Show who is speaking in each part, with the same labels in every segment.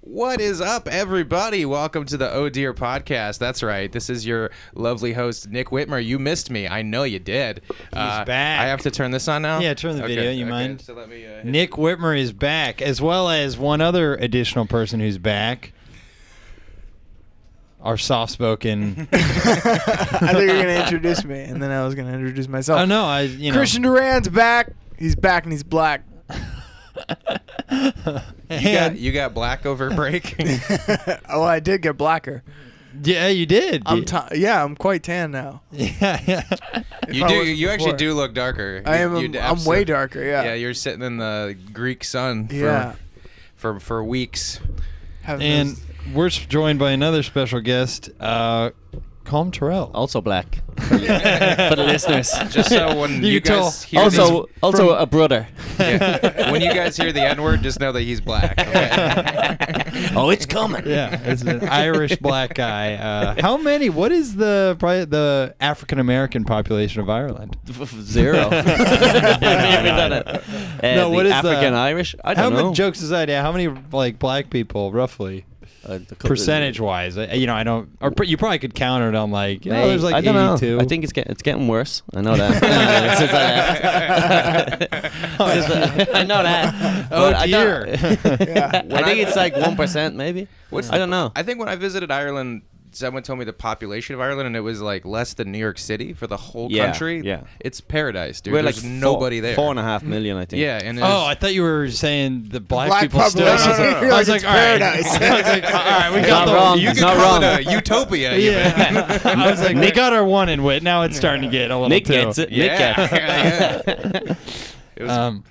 Speaker 1: What is up, everybody? Welcome to the Oh Dear podcast. That's right. This is your lovely host, Nick Whitmer. You missed me. I know you did. He's
Speaker 2: back.
Speaker 1: I have to turn this on now?
Speaker 2: Yeah, turn the
Speaker 1: Okay,
Speaker 2: video, you
Speaker 1: okay,
Speaker 2: mind?
Speaker 1: So let me, uh, hit-
Speaker 2: Nick Whitmer is back, as well as one other additional person who's back. Our soft spoken.
Speaker 3: I think you're gonna introduce me, and then I was gonna introduce myself.
Speaker 2: oh no, I you know
Speaker 3: Christian Duran's back. He's back and he's black.
Speaker 1: you, got,
Speaker 2: And-
Speaker 1: you got black over break?
Speaker 3: oh, I did get blacker.
Speaker 2: yeah, you did.
Speaker 3: I'm ta- yeah, I'm quite tan now.
Speaker 2: yeah, yeah.
Speaker 1: you
Speaker 3: I
Speaker 1: do.
Speaker 3: was
Speaker 1: You actually
Speaker 3: before.
Speaker 1: do look darker.
Speaker 3: I
Speaker 1: You-
Speaker 3: am.
Speaker 1: you
Speaker 3: I'm
Speaker 1: d-
Speaker 3: way
Speaker 1: absolutely-
Speaker 3: darker. Yeah.
Speaker 1: Yeah, you're sitting in the Greek sun for,
Speaker 3: Yeah.
Speaker 1: for, for weeks.
Speaker 3: Have
Speaker 2: And
Speaker 3: those-
Speaker 2: we're s- joined by another special guest, uh, Calm Terrell.
Speaker 4: also black for the listeners.
Speaker 1: Just so when you,
Speaker 2: You can
Speaker 1: guys
Speaker 2: tell.
Speaker 1: hear
Speaker 4: also,
Speaker 1: these-
Speaker 4: also a brother.
Speaker 1: Yeah. when you guys hear the N word, just know that he's black. okay?
Speaker 4: oh, it's coming.
Speaker 2: yeah, it's an Irish black guy. Uh, how many? What is the probably the African American population of Ireland?
Speaker 4: Zero. I've never done it. Uh,
Speaker 2: no,
Speaker 4: the
Speaker 2: what is the-
Speaker 4: African Irish? I
Speaker 2: how
Speaker 4: don't know.
Speaker 2: many jokes is that? Yeah, how many like black people roughly?
Speaker 4: Uh, the co-
Speaker 2: Percentage wise, you know, I don't. Or pr- you probably could count it on like. Yeah,
Speaker 4: Hey,
Speaker 2: there's like
Speaker 4: I don't know.
Speaker 2: 82.
Speaker 4: I think it's get, it's getting worse. I know that. Since I left. Since I- I know that.
Speaker 2: Oh,
Speaker 4: but I don't-
Speaker 2: dear.
Speaker 3: Yeah.
Speaker 4: I think it's like one percent, maybe.
Speaker 1: What's
Speaker 4: I don't know.
Speaker 1: I think when I visited Ireland, someone told me the population of Ireland, and it was like less than New York City for the whole
Speaker 4: Yeah,
Speaker 1: country.
Speaker 4: yeah.
Speaker 1: it's paradise, dude.
Speaker 4: We're
Speaker 1: There's
Speaker 4: like
Speaker 1: nobody
Speaker 4: four,
Speaker 1: there.
Speaker 4: Four and a half million, I think.
Speaker 1: Yeah, and
Speaker 2: Oh, I
Speaker 1: it's-
Speaker 2: thought you were saying the black,
Speaker 3: black
Speaker 2: people still.
Speaker 3: population.
Speaker 1: No, no, no, no.
Speaker 2: I was
Speaker 3: Like,
Speaker 2: like,
Speaker 3: it's
Speaker 2: all right. I was like,
Speaker 3: paradise.
Speaker 2: all right, we
Speaker 4: It's
Speaker 2: got
Speaker 4: not
Speaker 2: the
Speaker 4: wrong.
Speaker 1: you
Speaker 4: It's
Speaker 1: could
Speaker 4: not
Speaker 1: call
Speaker 4: wrong.
Speaker 1: it a utopia. you
Speaker 2: Yeah,
Speaker 1: man.
Speaker 2: I was like, they got our one and wit. Now it's starting to get a little
Speaker 4: Nick
Speaker 2: too.
Speaker 4: gets it. Nick
Speaker 1: Yeah,
Speaker 4: gets
Speaker 1: yeah, It
Speaker 4: it.
Speaker 1: was-
Speaker 2: Um,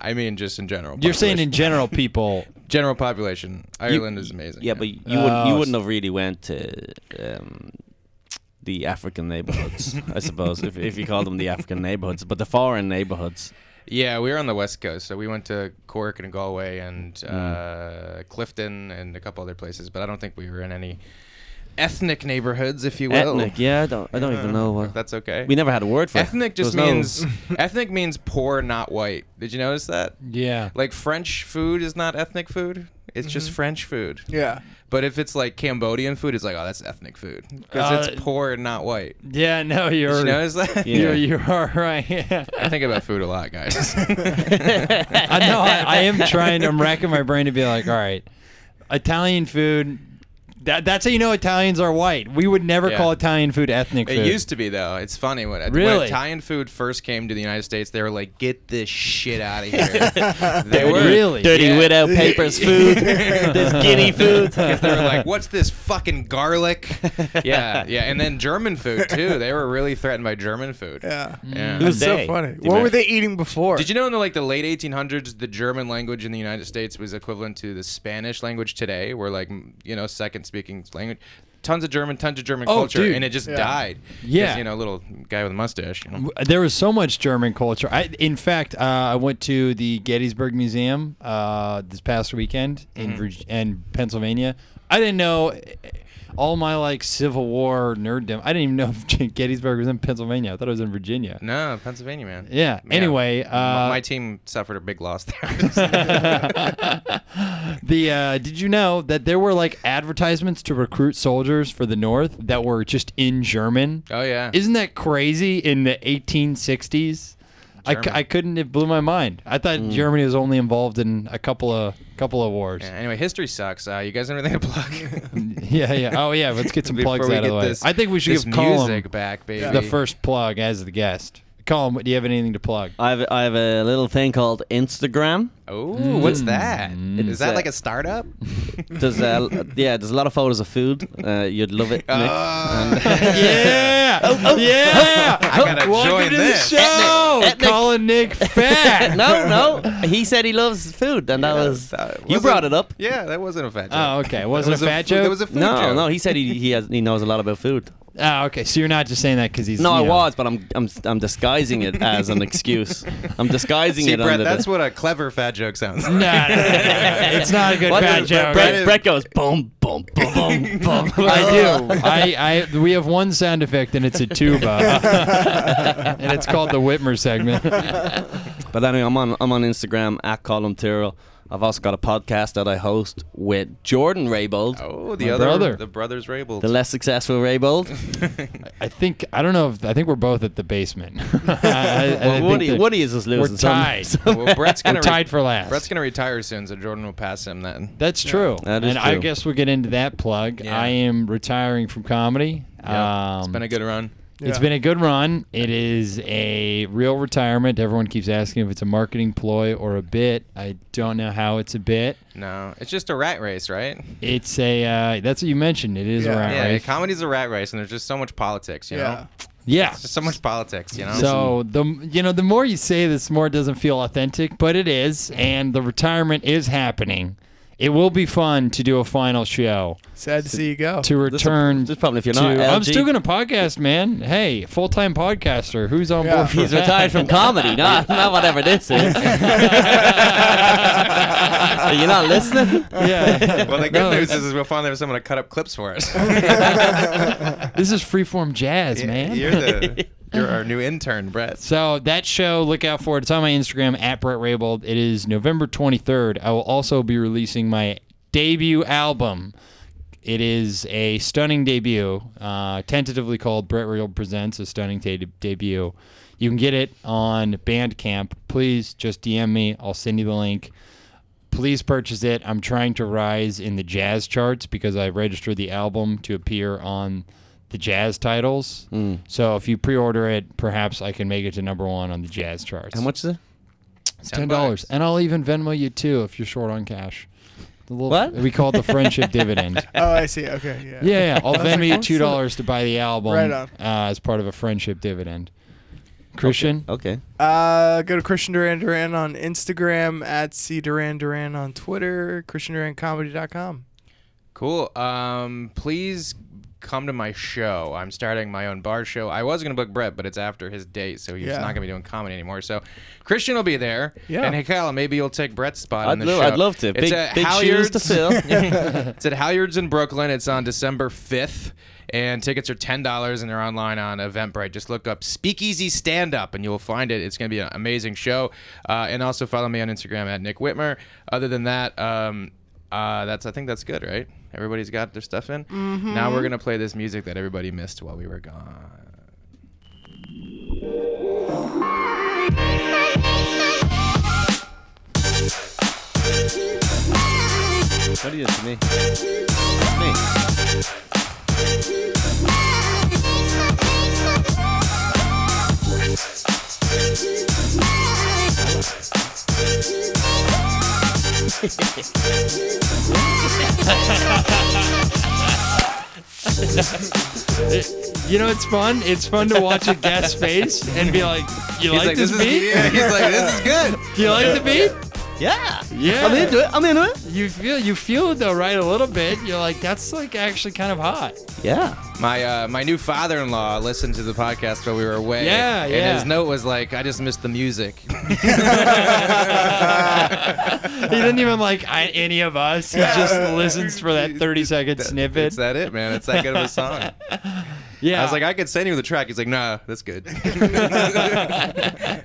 Speaker 1: I mean, just in general.
Speaker 2: you're saying in
Speaker 1: population.
Speaker 2: general, people.
Speaker 1: general population, Ireland is amazing.
Speaker 4: Yeah, but you
Speaker 2: Oh,
Speaker 4: wouldn't, you
Speaker 2: s-
Speaker 4: wouldn't have really went to um, the African neighborhoods, I suppose, if, if you call them the African neighborhoods, but the foreign neighborhoods.
Speaker 1: Yeah, we were on the west coast, so we went to Cork and Galway and
Speaker 4: Mm.
Speaker 1: uh, Clifton and a couple other places, but I don't think we were in any ethnic neighborhoods, if you will.
Speaker 4: Ethnic, yeah, I don't, I don't even know
Speaker 1: If
Speaker 4: what.
Speaker 1: that's okay.
Speaker 4: we never had a word for it.
Speaker 1: ethnic
Speaker 4: There
Speaker 1: just
Speaker 4: was no-
Speaker 1: means ethnic means poor, not white. Did you notice that?
Speaker 2: Yeah.
Speaker 1: Like French food is not ethnic food; it's just
Speaker 2: Mm-hmm.
Speaker 1: French food.
Speaker 3: yeah.
Speaker 1: But if it's like Cambodian food, it's like oh, that's ethnic food because
Speaker 2: Uh,
Speaker 1: it's poor and not white.
Speaker 2: Yeah. No,
Speaker 1: Did
Speaker 2: you're.
Speaker 1: you notice that?
Speaker 4: Yeah.
Speaker 2: You're, you are right. Yeah.
Speaker 1: I think about food a lot, guys.
Speaker 2: I know. I, I am trying. I'm racking my brain to be like, all right, Italian food. That, that's how you know Italians are white. We would never
Speaker 1: Yeah.
Speaker 2: call Italian food ethnic food.
Speaker 1: It used to be though. It's funny when, when
Speaker 2: Really?
Speaker 1: Italian food first came to the United States, they were like, "Get this shit out of here." they
Speaker 2: Dirty.
Speaker 1: were
Speaker 2: Really?
Speaker 4: Dirty
Speaker 1: Yeah.
Speaker 4: widow papers food. There's guinea food.
Speaker 1: 'Cause they were like, "What's this fucking garlic?" Yeah, yeah, and then German food too. They were really threatened by German food.
Speaker 3: Yeah.
Speaker 1: Yeah.
Speaker 3: It was so
Speaker 4: Day.
Speaker 3: funny.
Speaker 4: Do you
Speaker 3: What
Speaker 4: ma-
Speaker 3: were they eating before?
Speaker 1: Did you know in the, like the late 1800s, the German language in the United States was equivalent to the Spanish language today, where like m- you know second speaking language, tons of German, tons of German
Speaker 2: Oh,
Speaker 1: culture,
Speaker 2: dude.
Speaker 1: and it just
Speaker 3: Yeah.
Speaker 1: died. 'Cause,
Speaker 2: Yeah.
Speaker 1: you know, little guy with a mustache. You know.
Speaker 2: there was so much German culture. I, in fact, uh, I went to the Gettysburg Museum uh, this past weekend in Virg- in Pennsylvania. I didn't know eh, all my like Civil War nerddom. I didn't even know if Gettysburg was in Pennsylvania. I thought it was in Virginia.
Speaker 1: No, Pennsylvania, man.
Speaker 2: Yeah. Anyway,
Speaker 1: M-
Speaker 2: uh,
Speaker 1: my team suffered a big loss there.
Speaker 2: The uh, did you know that there were like advertisements to recruit soldiers for the North that were just in German?
Speaker 1: oh yeah,
Speaker 2: Isn't that crazy? In the 1860s, I, cou-
Speaker 1: German.
Speaker 2: I couldn't. It blew my mind. I thought
Speaker 1: Mm.
Speaker 2: Germany was only involved in a couple of couple of wars.
Speaker 1: Yeah, anyway, history sucks. Uh, you guys have anything to plug?
Speaker 2: Yeah, yeah. Oh yeah. Let's get some
Speaker 1: Before
Speaker 2: plugs
Speaker 1: we
Speaker 2: out of
Speaker 1: get
Speaker 2: the way.
Speaker 1: this-
Speaker 2: I think we should
Speaker 1: this
Speaker 2: give Colin
Speaker 1: music back, baby.
Speaker 2: the first plug as the guest. Colin, do you have anything to plug?
Speaker 4: I have, I have a little thing called Instagram.
Speaker 1: Oh, what's that? Is
Speaker 2: Mm.
Speaker 1: that
Speaker 4: uh,
Speaker 1: like a startup?
Speaker 4: There's a, yeah, there's a lot of photos of food. Uh, you'd love it. Nick.
Speaker 1: Oh.
Speaker 2: yeah.
Speaker 4: And-
Speaker 2: yeah.
Speaker 1: I gotta
Speaker 2: Welcome
Speaker 1: join
Speaker 2: to
Speaker 1: this.
Speaker 2: the show.
Speaker 4: Ethnic- ethnic-
Speaker 2: Colin Nick Fat.
Speaker 4: no, no. He said he loves food, and that was
Speaker 1: Uh, That
Speaker 4: you
Speaker 1: wasn't-
Speaker 4: brought it up.
Speaker 1: Yeah, that wasn't a fat joke.
Speaker 2: Oh, okay.
Speaker 1: That
Speaker 2: Wasn't
Speaker 1: was
Speaker 2: a fat
Speaker 1: fu-
Speaker 2: joke?
Speaker 1: That was a food
Speaker 4: No,
Speaker 1: joke.
Speaker 4: no. He said he he has he knows a lot about food.
Speaker 2: Oh, okay. So you're not just saying that because he's
Speaker 4: No, I
Speaker 2: you know.
Speaker 4: was, but I'm I'm I'm disguising it as an excuse. I'm disguising
Speaker 1: See,
Speaker 4: it
Speaker 1: Brett,
Speaker 4: under
Speaker 1: that's
Speaker 4: the.
Speaker 1: what a clever fat joke sounds
Speaker 2: No,
Speaker 1: like.
Speaker 2: no, no, no. it's not a good
Speaker 4: What
Speaker 2: fat
Speaker 4: does-
Speaker 2: joke.
Speaker 1: Brett-
Speaker 4: Brett, Brett goes boom, boom, boom, boom, boom.
Speaker 2: I do. I, I we have one sound effect and it's a tuba, and it's called the Whitmer segment.
Speaker 4: But anyway, I'm on I'm on Instagram at Column Tyrrell. I've also got a podcast that I host with Jordan Raybold,
Speaker 1: Oh, the
Speaker 2: My
Speaker 1: other
Speaker 2: brother.
Speaker 1: the brothers Rabel.
Speaker 4: the less successful Raybold.
Speaker 2: I think I don't know if I think we're both at the basement. I- I
Speaker 4: well,
Speaker 2: think
Speaker 4: Woody,
Speaker 2: that
Speaker 4: Woody is just losing.
Speaker 2: we're
Speaker 4: some-
Speaker 2: tied.
Speaker 1: well, Brett's gonna
Speaker 2: we're tied for last.
Speaker 1: Brett's gonna retire soon, so Jordan will pass him then.
Speaker 2: That's true.
Speaker 4: That is
Speaker 2: and I
Speaker 4: true.
Speaker 2: guess we'll get into that plug.
Speaker 1: Yeah.
Speaker 2: I am retiring from comedy.
Speaker 1: Yeah, it's
Speaker 2: Um,
Speaker 1: been a good run.
Speaker 2: It's
Speaker 3: Yeah.
Speaker 2: been a good run. It is a real retirement. Everyone keeps asking if it's a marketing ploy or a bit. I don't know how it's a bit.
Speaker 1: No, it's just a rat race, right?
Speaker 2: It's a uh, that's what you mentioned. It is
Speaker 3: Yeah.
Speaker 2: a rat
Speaker 1: yeah,
Speaker 2: race.
Speaker 1: comedy's a rat race, and there's just so much politics, you know.
Speaker 3: Yeah.
Speaker 2: Yeah.
Speaker 1: It's just so much politics, you know.
Speaker 2: So the you know the more you say this, the more it doesn't feel authentic, but it is, and the retirement is happening. It will be fun to do a final show
Speaker 3: Sad to see you go.
Speaker 2: to
Speaker 4: Oh, This is-
Speaker 2: return.
Speaker 4: This is probably if you're
Speaker 2: to,
Speaker 4: not.
Speaker 2: I'm
Speaker 4: LG.
Speaker 2: still gonna podcast, man. Hey, full time podcaster, who's on
Speaker 3: Yeah.
Speaker 2: board? For
Speaker 4: He's
Speaker 2: that?
Speaker 4: retired from comedy, not not whatever this is. you're not listening.
Speaker 2: Yeah.
Speaker 1: well, the good
Speaker 2: No,
Speaker 1: news
Speaker 2: it's-
Speaker 1: is, is we'll finally have someone to cut up clips for us.
Speaker 2: this is freeform jazz, man.
Speaker 1: You're the you're our new intern, Brett.
Speaker 2: So that show, look out for it. It's on my Instagram at Brett Raybold. It is November 23rd. I will also be releasing my debut album. It is a stunning debut, uh, tentatively called Brett Raybold Presents a Stunning Ta- Debut. You can get it on Bandcamp. Please just DM me. I'll send you the link. Please purchase it. I'm trying to rise in the jazz charts because I registered the album to appear on the jazz titles. So if you pre-order it, perhaps I can make it to number one on the jazz charts.
Speaker 4: How much is it?
Speaker 2: Ten dollars, and I'll even Venmo you too if you're short on cash. The little,
Speaker 4: What?
Speaker 2: we call it the friendship dividend.
Speaker 3: Oh, I see. Okay. Yeah.
Speaker 2: Yeah, yeah. I'll
Speaker 3: I was like,
Speaker 2: Venmo you
Speaker 3: what's
Speaker 2: two dollars to buy the album
Speaker 3: Right on.
Speaker 2: Uh, as part of a friendship dividend. Christian,
Speaker 4: Okay.
Speaker 3: Uh, go to Christian Duran Duran on Instagram at C Duran Duran on Twitter, ChristianDuranComedy.com.
Speaker 1: Cool. Um, please come to my show. I'm starting my own bar show. I was gonna book Brett, but it's after his date, so he's
Speaker 3: Yeah.
Speaker 1: not gonna be doing comedy anymore. So Christian will be there.
Speaker 3: Yeah.
Speaker 1: And Hikala, maybe you'll take Brett's spot on
Speaker 4: I'd,
Speaker 1: the
Speaker 4: lo-
Speaker 1: show.
Speaker 4: I'd love to.
Speaker 1: It's
Speaker 4: Big,
Speaker 1: at
Speaker 4: big shoes to
Speaker 1: Halyards.
Speaker 4: fill.
Speaker 1: it's at Halyards in Brooklyn. It's on December 5th, and tickets are $10, and they're online on Eventbrite. Just look up Speakeasy Stand Up, and you'll find it. It's going to be an amazing show. Uh, and also follow me on Instagram at Nick Whitmer. Other than that, um, uh, that's I think that's good, right? Everybody's got their stuff in. Now we're going to play this music that everybody missed while we were gone.
Speaker 4: What do you do to me? Me.
Speaker 2: you know it's fun. It's fun to watch a guest face and be like, "You like, this, beat?
Speaker 1: Is, yeah, he's like, this is good.
Speaker 2: Do you like the beat?
Speaker 4: Yeah.
Speaker 2: Yeah.
Speaker 4: I'm into it. I'm into it.
Speaker 2: You feel you feel it though, right? A little bit. You're like, that's like actually kind of hot.
Speaker 4: Yeah.
Speaker 1: My uh, my new father-in-law listened to the podcast while we were away.
Speaker 2: Yeah,
Speaker 1: and
Speaker 2: yeah.
Speaker 1: his note was like, "I just missed the music."
Speaker 2: He didn't even like I, any of us. He just listens for that 30 second snippet.
Speaker 1: It's that it, man. It's that good of a song.
Speaker 2: yeah.
Speaker 1: I was like, I could send you the track. He's like, Nah, that's good.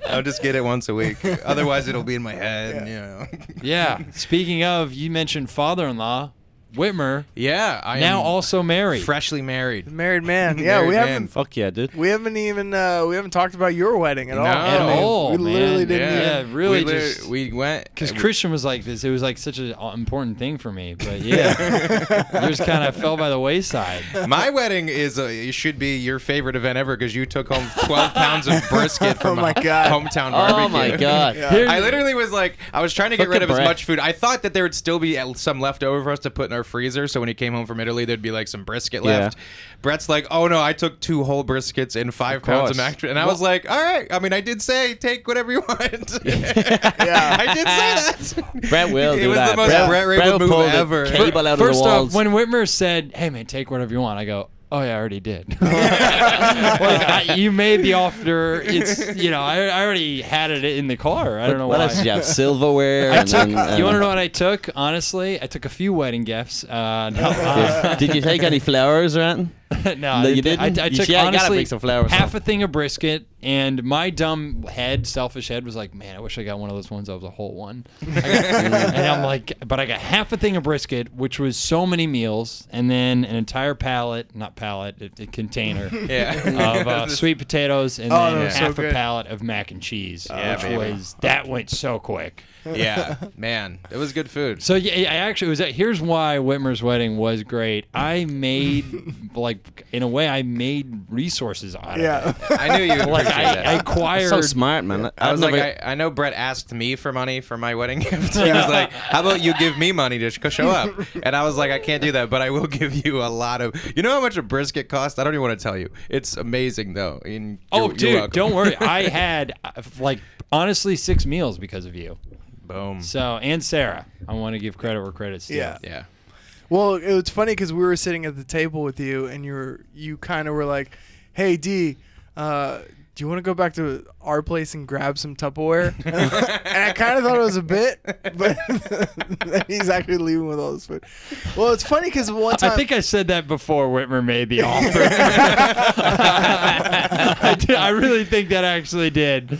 Speaker 1: I'll just get it once a week. Otherwise, it'll be in my head. You know.
Speaker 2: yeah. Speaking of, you mentioned father-in-law, Whitmer,
Speaker 1: yeah. I
Speaker 2: now
Speaker 1: am
Speaker 2: also married.
Speaker 1: freshly married.
Speaker 3: Married man. Yeah, we
Speaker 1: Married man.
Speaker 3: haven't
Speaker 4: Fuck yeah, dude.
Speaker 3: we haven't even uh, we haven't talked about your wedding at all.
Speaker 1: No. At
Speaker 3: I mean,
Speaker 2: all,
Speaker 3: We
Speaker 2: man.
Speaker 3: literally didn't.
Speaker 2: Yeah.
Speaker 3: even-
Speaker 1: We,
Speaker 2: really
Speaker 1: lit-
Speaker 2: just-
Speaker 1: we went
Speaker 2: Because Christian was like this. It was like such an important thing for me. But yeah, yours kind of fell by the wayside.
Speaker 1: My wedding is a, it should be your favorite event ever because you took home 12 pounds of brisket from
Speaker 3: Oh my
Speaker 1: a
Speaker 3: God.
Speaker 1: hometown barbecue.
Speaker 4: Oh my god.
Speaker 3: Yeah.
Speaker 2: Here-
Speaker 1: I literally was like, I was trying to get
Speaker 4: Fucking
Speaker 1: rid of as
Speaker 4: Brett.
Speaker 1: much food. I thought that there would still be uh, some left over for us to put in our freezer. So when he came home from Italy, there'd be like some brisket
Speaker 4: Yeah.
Speaker 1: left. Brett's like, oh no, I took two whole briskets and five pounds of mac.
Speaker 4: course.
Speaker 1: And I was like, all right. I mean, I did say take whatever you want.
Speaker 3: Yeah.
Speaker 1: I did say that.
Speaker 4: Brett will
Speaker 1: It
Speaker 4: do
Speaker 1: was
Speaker 4: that.
Speaker 1: the most
Speaker 4: Brett,
Speaker 1: Brett Raymond
Speaker 4: Brett will
Speaker 1: move
Speaker 4: pull the
Speaker 1: ever.
Speaker 4: cable out
Speaker 2: First
Speaker 4: of the
Speaker 2: off,
Speaker 4: walls.
Speaker 2: when Whitmer said, "Hey man, take whatever you want," I go, "Oh yeah, I already did." like, I, you made the offer. It's you know, I, I already had it in the car. I don't know
Speaker 4: what
Speaker 2: why.
Speaker 4: else did you have? Silverware.
Speaker 2: I
Speaker 4: and,
Speaker 2: took,
Speaker 4: and, and,
Speaker 2: you want to know what I took? Honestly, I took a few wedding gifts. Uh, no, uh,
Speaker 4: Did, did you take any flowers or anything?
Speaker 2: no, I
Speaker 4: you
Speaker 2: didn't.
Speaker 4: didn't?
Speaker 2: I, I
Speaker 4: You
Speaker 2: took
Speaker 4: should- I gotta
Speaker 2: honestly
Speaker 4: bring some flour or
Speaker 2: half a
Speaker 4: something.
Speaker 2: thing of brisket, and my dumb head, selfish head, was like, "Man, I wish I got one of those ones that was a whole one." I got, and I'm like, "But I got half a thing of brisket, which was so many meals, and then an entire pallet, not pallet, a, a container
Speaker 1: Yeah.
Speaker 2: of uh, sweet potatoes, and
Speaker 3: Oh, that
Speaker 2: then
Speaker 1: was so
Speaker 2: half a
Speaker 3: good.
Speaker 2: pallet of mac and cheese,
Speaker 1: Yeah,
Speaker 2: which
Speaker 1: baby.
Speaker 2: was that went so quick."
Speaker 1: yeah. Man, it was good food.
Speaker 2: So yeah, I actually was. At, here's why Whitmer's wedding was great. I made like in a way I made resources out of
Speaker 3: Yeah.
Speaker 2: it.
Speaker 1: I knew you would
Speaker 2: Like
Speaker 1: appreciate
Speaker 2: I, I
Speaker 1: that.
Speaker 2: acquired.
Speaker 4: so smart, man.
Speaker 1: I
Speaker 4: I've
Speaker 1: was like,
Speaker 4: never-
Speaker 1: I, I know Brett asked me for money for my wedding gift. He was like, "How about you give me money to sh- show up?" And I was like, "I can't do that, but I will give you a lot of." You know how much a brisket cost? I don't even want to tell you. It's amazing though. And
Speaker 2: oh,
Speaker 1: you're- you're
Speaker 2: dude,
Speaker 1: welcome.
Speaker 2: don't worry. I had uh, like honestly six meals because of you.
Speaker 1: Boom.
Speaker 2: So and Sarah, I want to give credit where credit's due.
Speaker 3: Yeah.
Speaker 1: Yeah.
Speaker 3: Well, it was funny because we were sitting at the table with you, and you were you kind of were like, "Hey, D, uh, do you want to go back to our place and grab some Tupperware?" and I kind of thought it was a bit, but then he's actually leaving with all this food. Well, it's funny because one time
Speaker 2: I think I said that before Whitmer made the offer. I, did- I really think that actually did.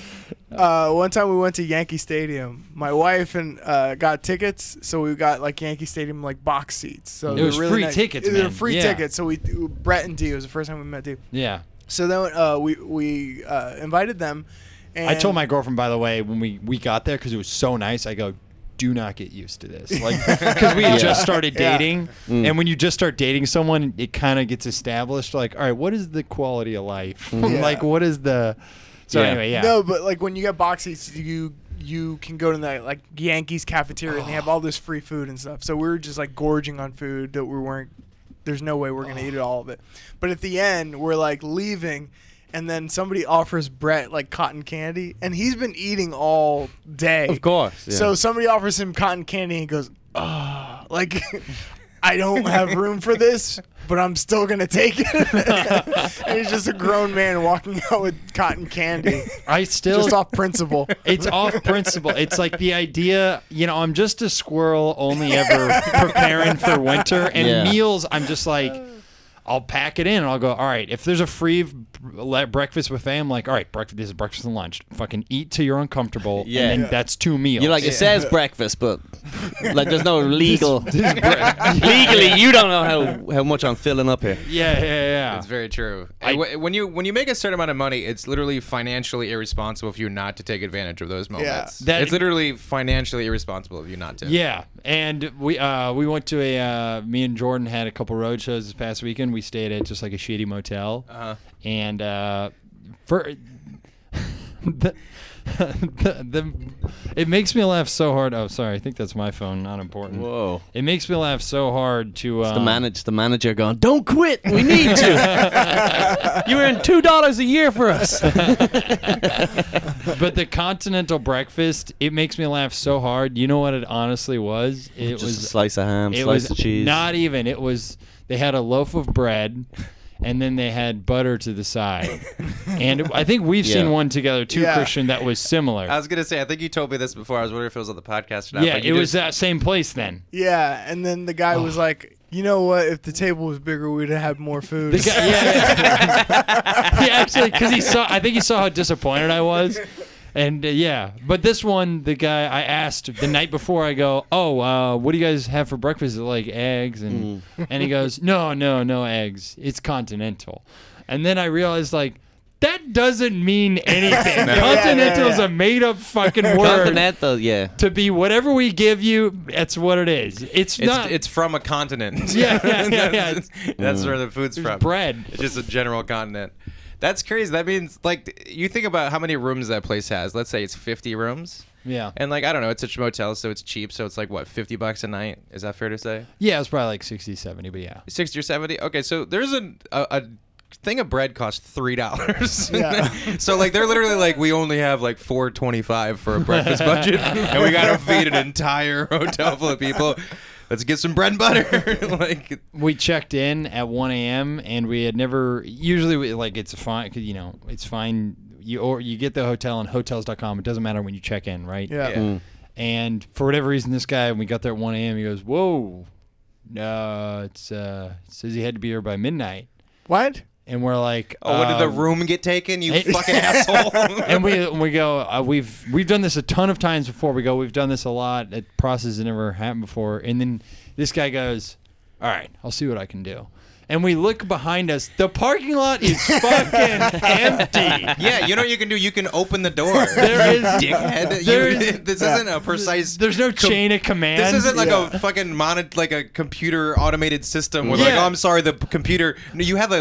Speaker 3: uh, one time we went to Yankee Stadium. My wife and uh, got tickets, so we got like Yankee Stadium like box seats. So
Speaker 2: It
Speaker 3: they're
Speaker 2: was
Speaker 3: really
Speaker 2: free
Speaker 3: nice.
Speaker 2: tickets,
Speaker 3: They were
Speaker 2: man.
Speaker 3: free
Speaker 2: Yeah.
Speaker 3: tickets. So we Brett and D it was the first time we met D.
Speaker 2: Yeah.
Speaker 3: So then uh, we we uh, invited them. And
Speaker 2: I told my girlfriend, by the way, when we we got there because it was so nice. I go, do not get used to this, like because we had
Speaker 4: Yeah. Mm.
Speaker 2: just started
Speaker 3: Yeah.
Speaker 2: dating, and when you just start dating someone, it kind of gets established. Like, all right, what is the quality of life?
Speaker 3: Yeah.
Speaker 2: like, what is the? So
Speaker 4: Mm-hmm. Yeah.
Speaker 2: anyway, yeah.
Speaker 3: no, but like when you get box seats, you you can go to the like Yankees cafeteria and they
Speaker 4: Oh.
Speaker 3: have all this free food and stuff. So we were just like gorging on food that we weren't. There's no way we're gonna eat it all of it. But at the end, we're like leaving. And then somebody offers Brett like cotton candy, and he's been eating all day.
Speaker 4: of course. yeah.
Speaker 3: So somebody offers him cotton candy and he goes, "Ah, like I don't have room for this, but I'm still gonna take it." and he's just a grown man walking out with cotton candy,
Speaker 2: I still
Speaker 3: just off principle.
Speaker 2: It's off principle. It's like the idea, you know, I'm just a squirrel only ever preparing for winter and
Speaker 4: Yeah.
Speaker 2: meals. I'm just like, I'll pack it in and I'll go, all right, if there's a free b- le- breakfast buffet, I'm like, all right, breakfast, this is breakfast and lunch. Fucking eat till you're uncomfortable.
Speaker 4: Yeah.
Speaker 2: And
Speaker 4: Yeah.
Speaker 2: then that's two meals.
Speaker 4: you like it says breakfast, but like there's no legal.
Speaker 2: This is bre-
Speaker 4: legally, you don't know how how much I'm filling up here.
Speaker 2: yeah, yeah, yeah.
Speaker 1: It's very true.
Speaker 2: I-
Speaker 1: And wh- when you when you make a certain amount of money, it's literally financially irresponsible of you not to take advantage of those moments.
Speaker 2: That-
Speaker 1: it's literally financially irresponsible of you not to.
Speaker 2: Yeah, and we uh, we went to a uh, me and Jordan had a couple road shows this past weekend. We stayed at just like a shitty motel,
Speaker 1: Uh-huh.
Speaker 2: and uh, for the, the, the it makes me laugh so hard. Oh, sorry, I think that's my phone. Not important.
Speaker 4: Whoa.
Speaker 2: It makes me laugh so hard to um,
Speaker 4: The manage the manager going, don't quit. We need you. you earn two dollars a year for us.
Speaker 2: but the continental breakfast. It makes me laugh so hard. You know what it honestly was? It
Speaker 4: Just a
Speaker 2: was
Speaker 4: slice of ham,
Speaker 2: it
Speaker 4: slice
Speaker 2: was
Speaker 4: of cheese.
Speaker 2: not even it was they had a loaf of bread and then they had butter to the side and i think we've
Speaker 4: Yeah.
Speaker 2: seen one together too
Speaker 3: Yeah.
Speaker 2: christian that was similar
Speaker 1: I was gonna say, I think you told me this before. I was wondering if it was on the podcast or not.
Speaker 2: yeah
Speaker 1: but
Speaker 2: it
Speaker 1: you
Speaker 2: was uh,
Speaker 1: just-
Speaker 2: that same place then
Speaker 3: yeah, and then the guy
Speaker 2: Oh.
Speaker 3: was like, "You know what? If the table was bigger, we'd have had more food."
Speaker 2: The guy- yeah, yeah. he actually because he saw i think he saw how disappointed i was and uh, yeah but this one the guy i asked the night before i go oh uh, what do you guys have for breakfast Is it like eggs and and he goes no no no eggs it's continental and then i realized like that doesn't mean anything
Speaker 1: No.
Speaker 2: continental
Speaker 3: Yeah, yeah,
Speaker 2: is
Speaker 3: yeah.
Speaker 2: a made-up fucking word
Speaker 4: Continental, yeah.
Speaker 2: to be whatever we give you that's what it is
Speaker 1: It's,
Speaker 2: it's, not
Speaker 1: it's from a continent.
Speaker 2: Yeah, yeah, yeah, yeah.
Speaker 1: that's, that's where the food's from.
Speaker 2: bread.
Speaker 1: It's just a general continent. That's crazy. That means like you think about how many rooms that place has. Let's say it's 50 rooms.
Speaker 2: yeah
Speaker 1: And like I don't know, it's a motel, so it's cheap. So it's like what 50 bucks a night. Is that fair to say?
Speaker 2: yeah it's probably like 60 70 but yeah
Speaker 1: 60 or 70 okay so there's a, a, a thing of bread costs three dollars
Speaker 3: Yeah.
Speaker 1: so like they're literally like we only have like 425 for a breakfast budget and we gotta feed an entire hotel full of people let's get some bread and butter like
Speaker 2: we checked in at 1 a.m. and we had never. Usually, we, like it's fine, 'cause, you know, it's fine. You or you get the hotel on hotels.com. It doesn't matter when you check in, right?
Speaker 3: yeah.
Speaker 1: yeah.
Speaker 2: And for whatever reason, this guy when we got there at 1 a.m. He goes, "Whoa, no, it's uh, it says he had to be here by midnight."
Speaker 3: What?
Speaker 2: and we're like,
Speaker 1: Oh, when did the
Speaker 2: um,
Speaker 1: room get taken? You
Speaker 2: it-
Speaker 1: fucking asshole.
Speaker 2: and we and we go. Uh, we've we've done this a ton of times before. We go. We've done this a lot. It process has never happened before. And then this guy goes, "All right, I'll see what I can do." And we look behind us. The parking lot is fucking empty.
Speaker 1: yeah, you know what you can do? You can open the door.
Speaker 2: There
Speaker 1: you
Speaker 2: is-
Speaker 1: dickhead. You-
Speaker 2: there is-
Speaker 1: this isn't a precise.
Speaker 2: There's no chain of command.
Speaker 1: This isn't like
Speaker 3: Yeah.
Speaker 1: a fucking mono, like a computer automated system where like,
Speaker 2: Yeah.
Speaker 1: oh, I'm sorry, the p- computer. No, you have a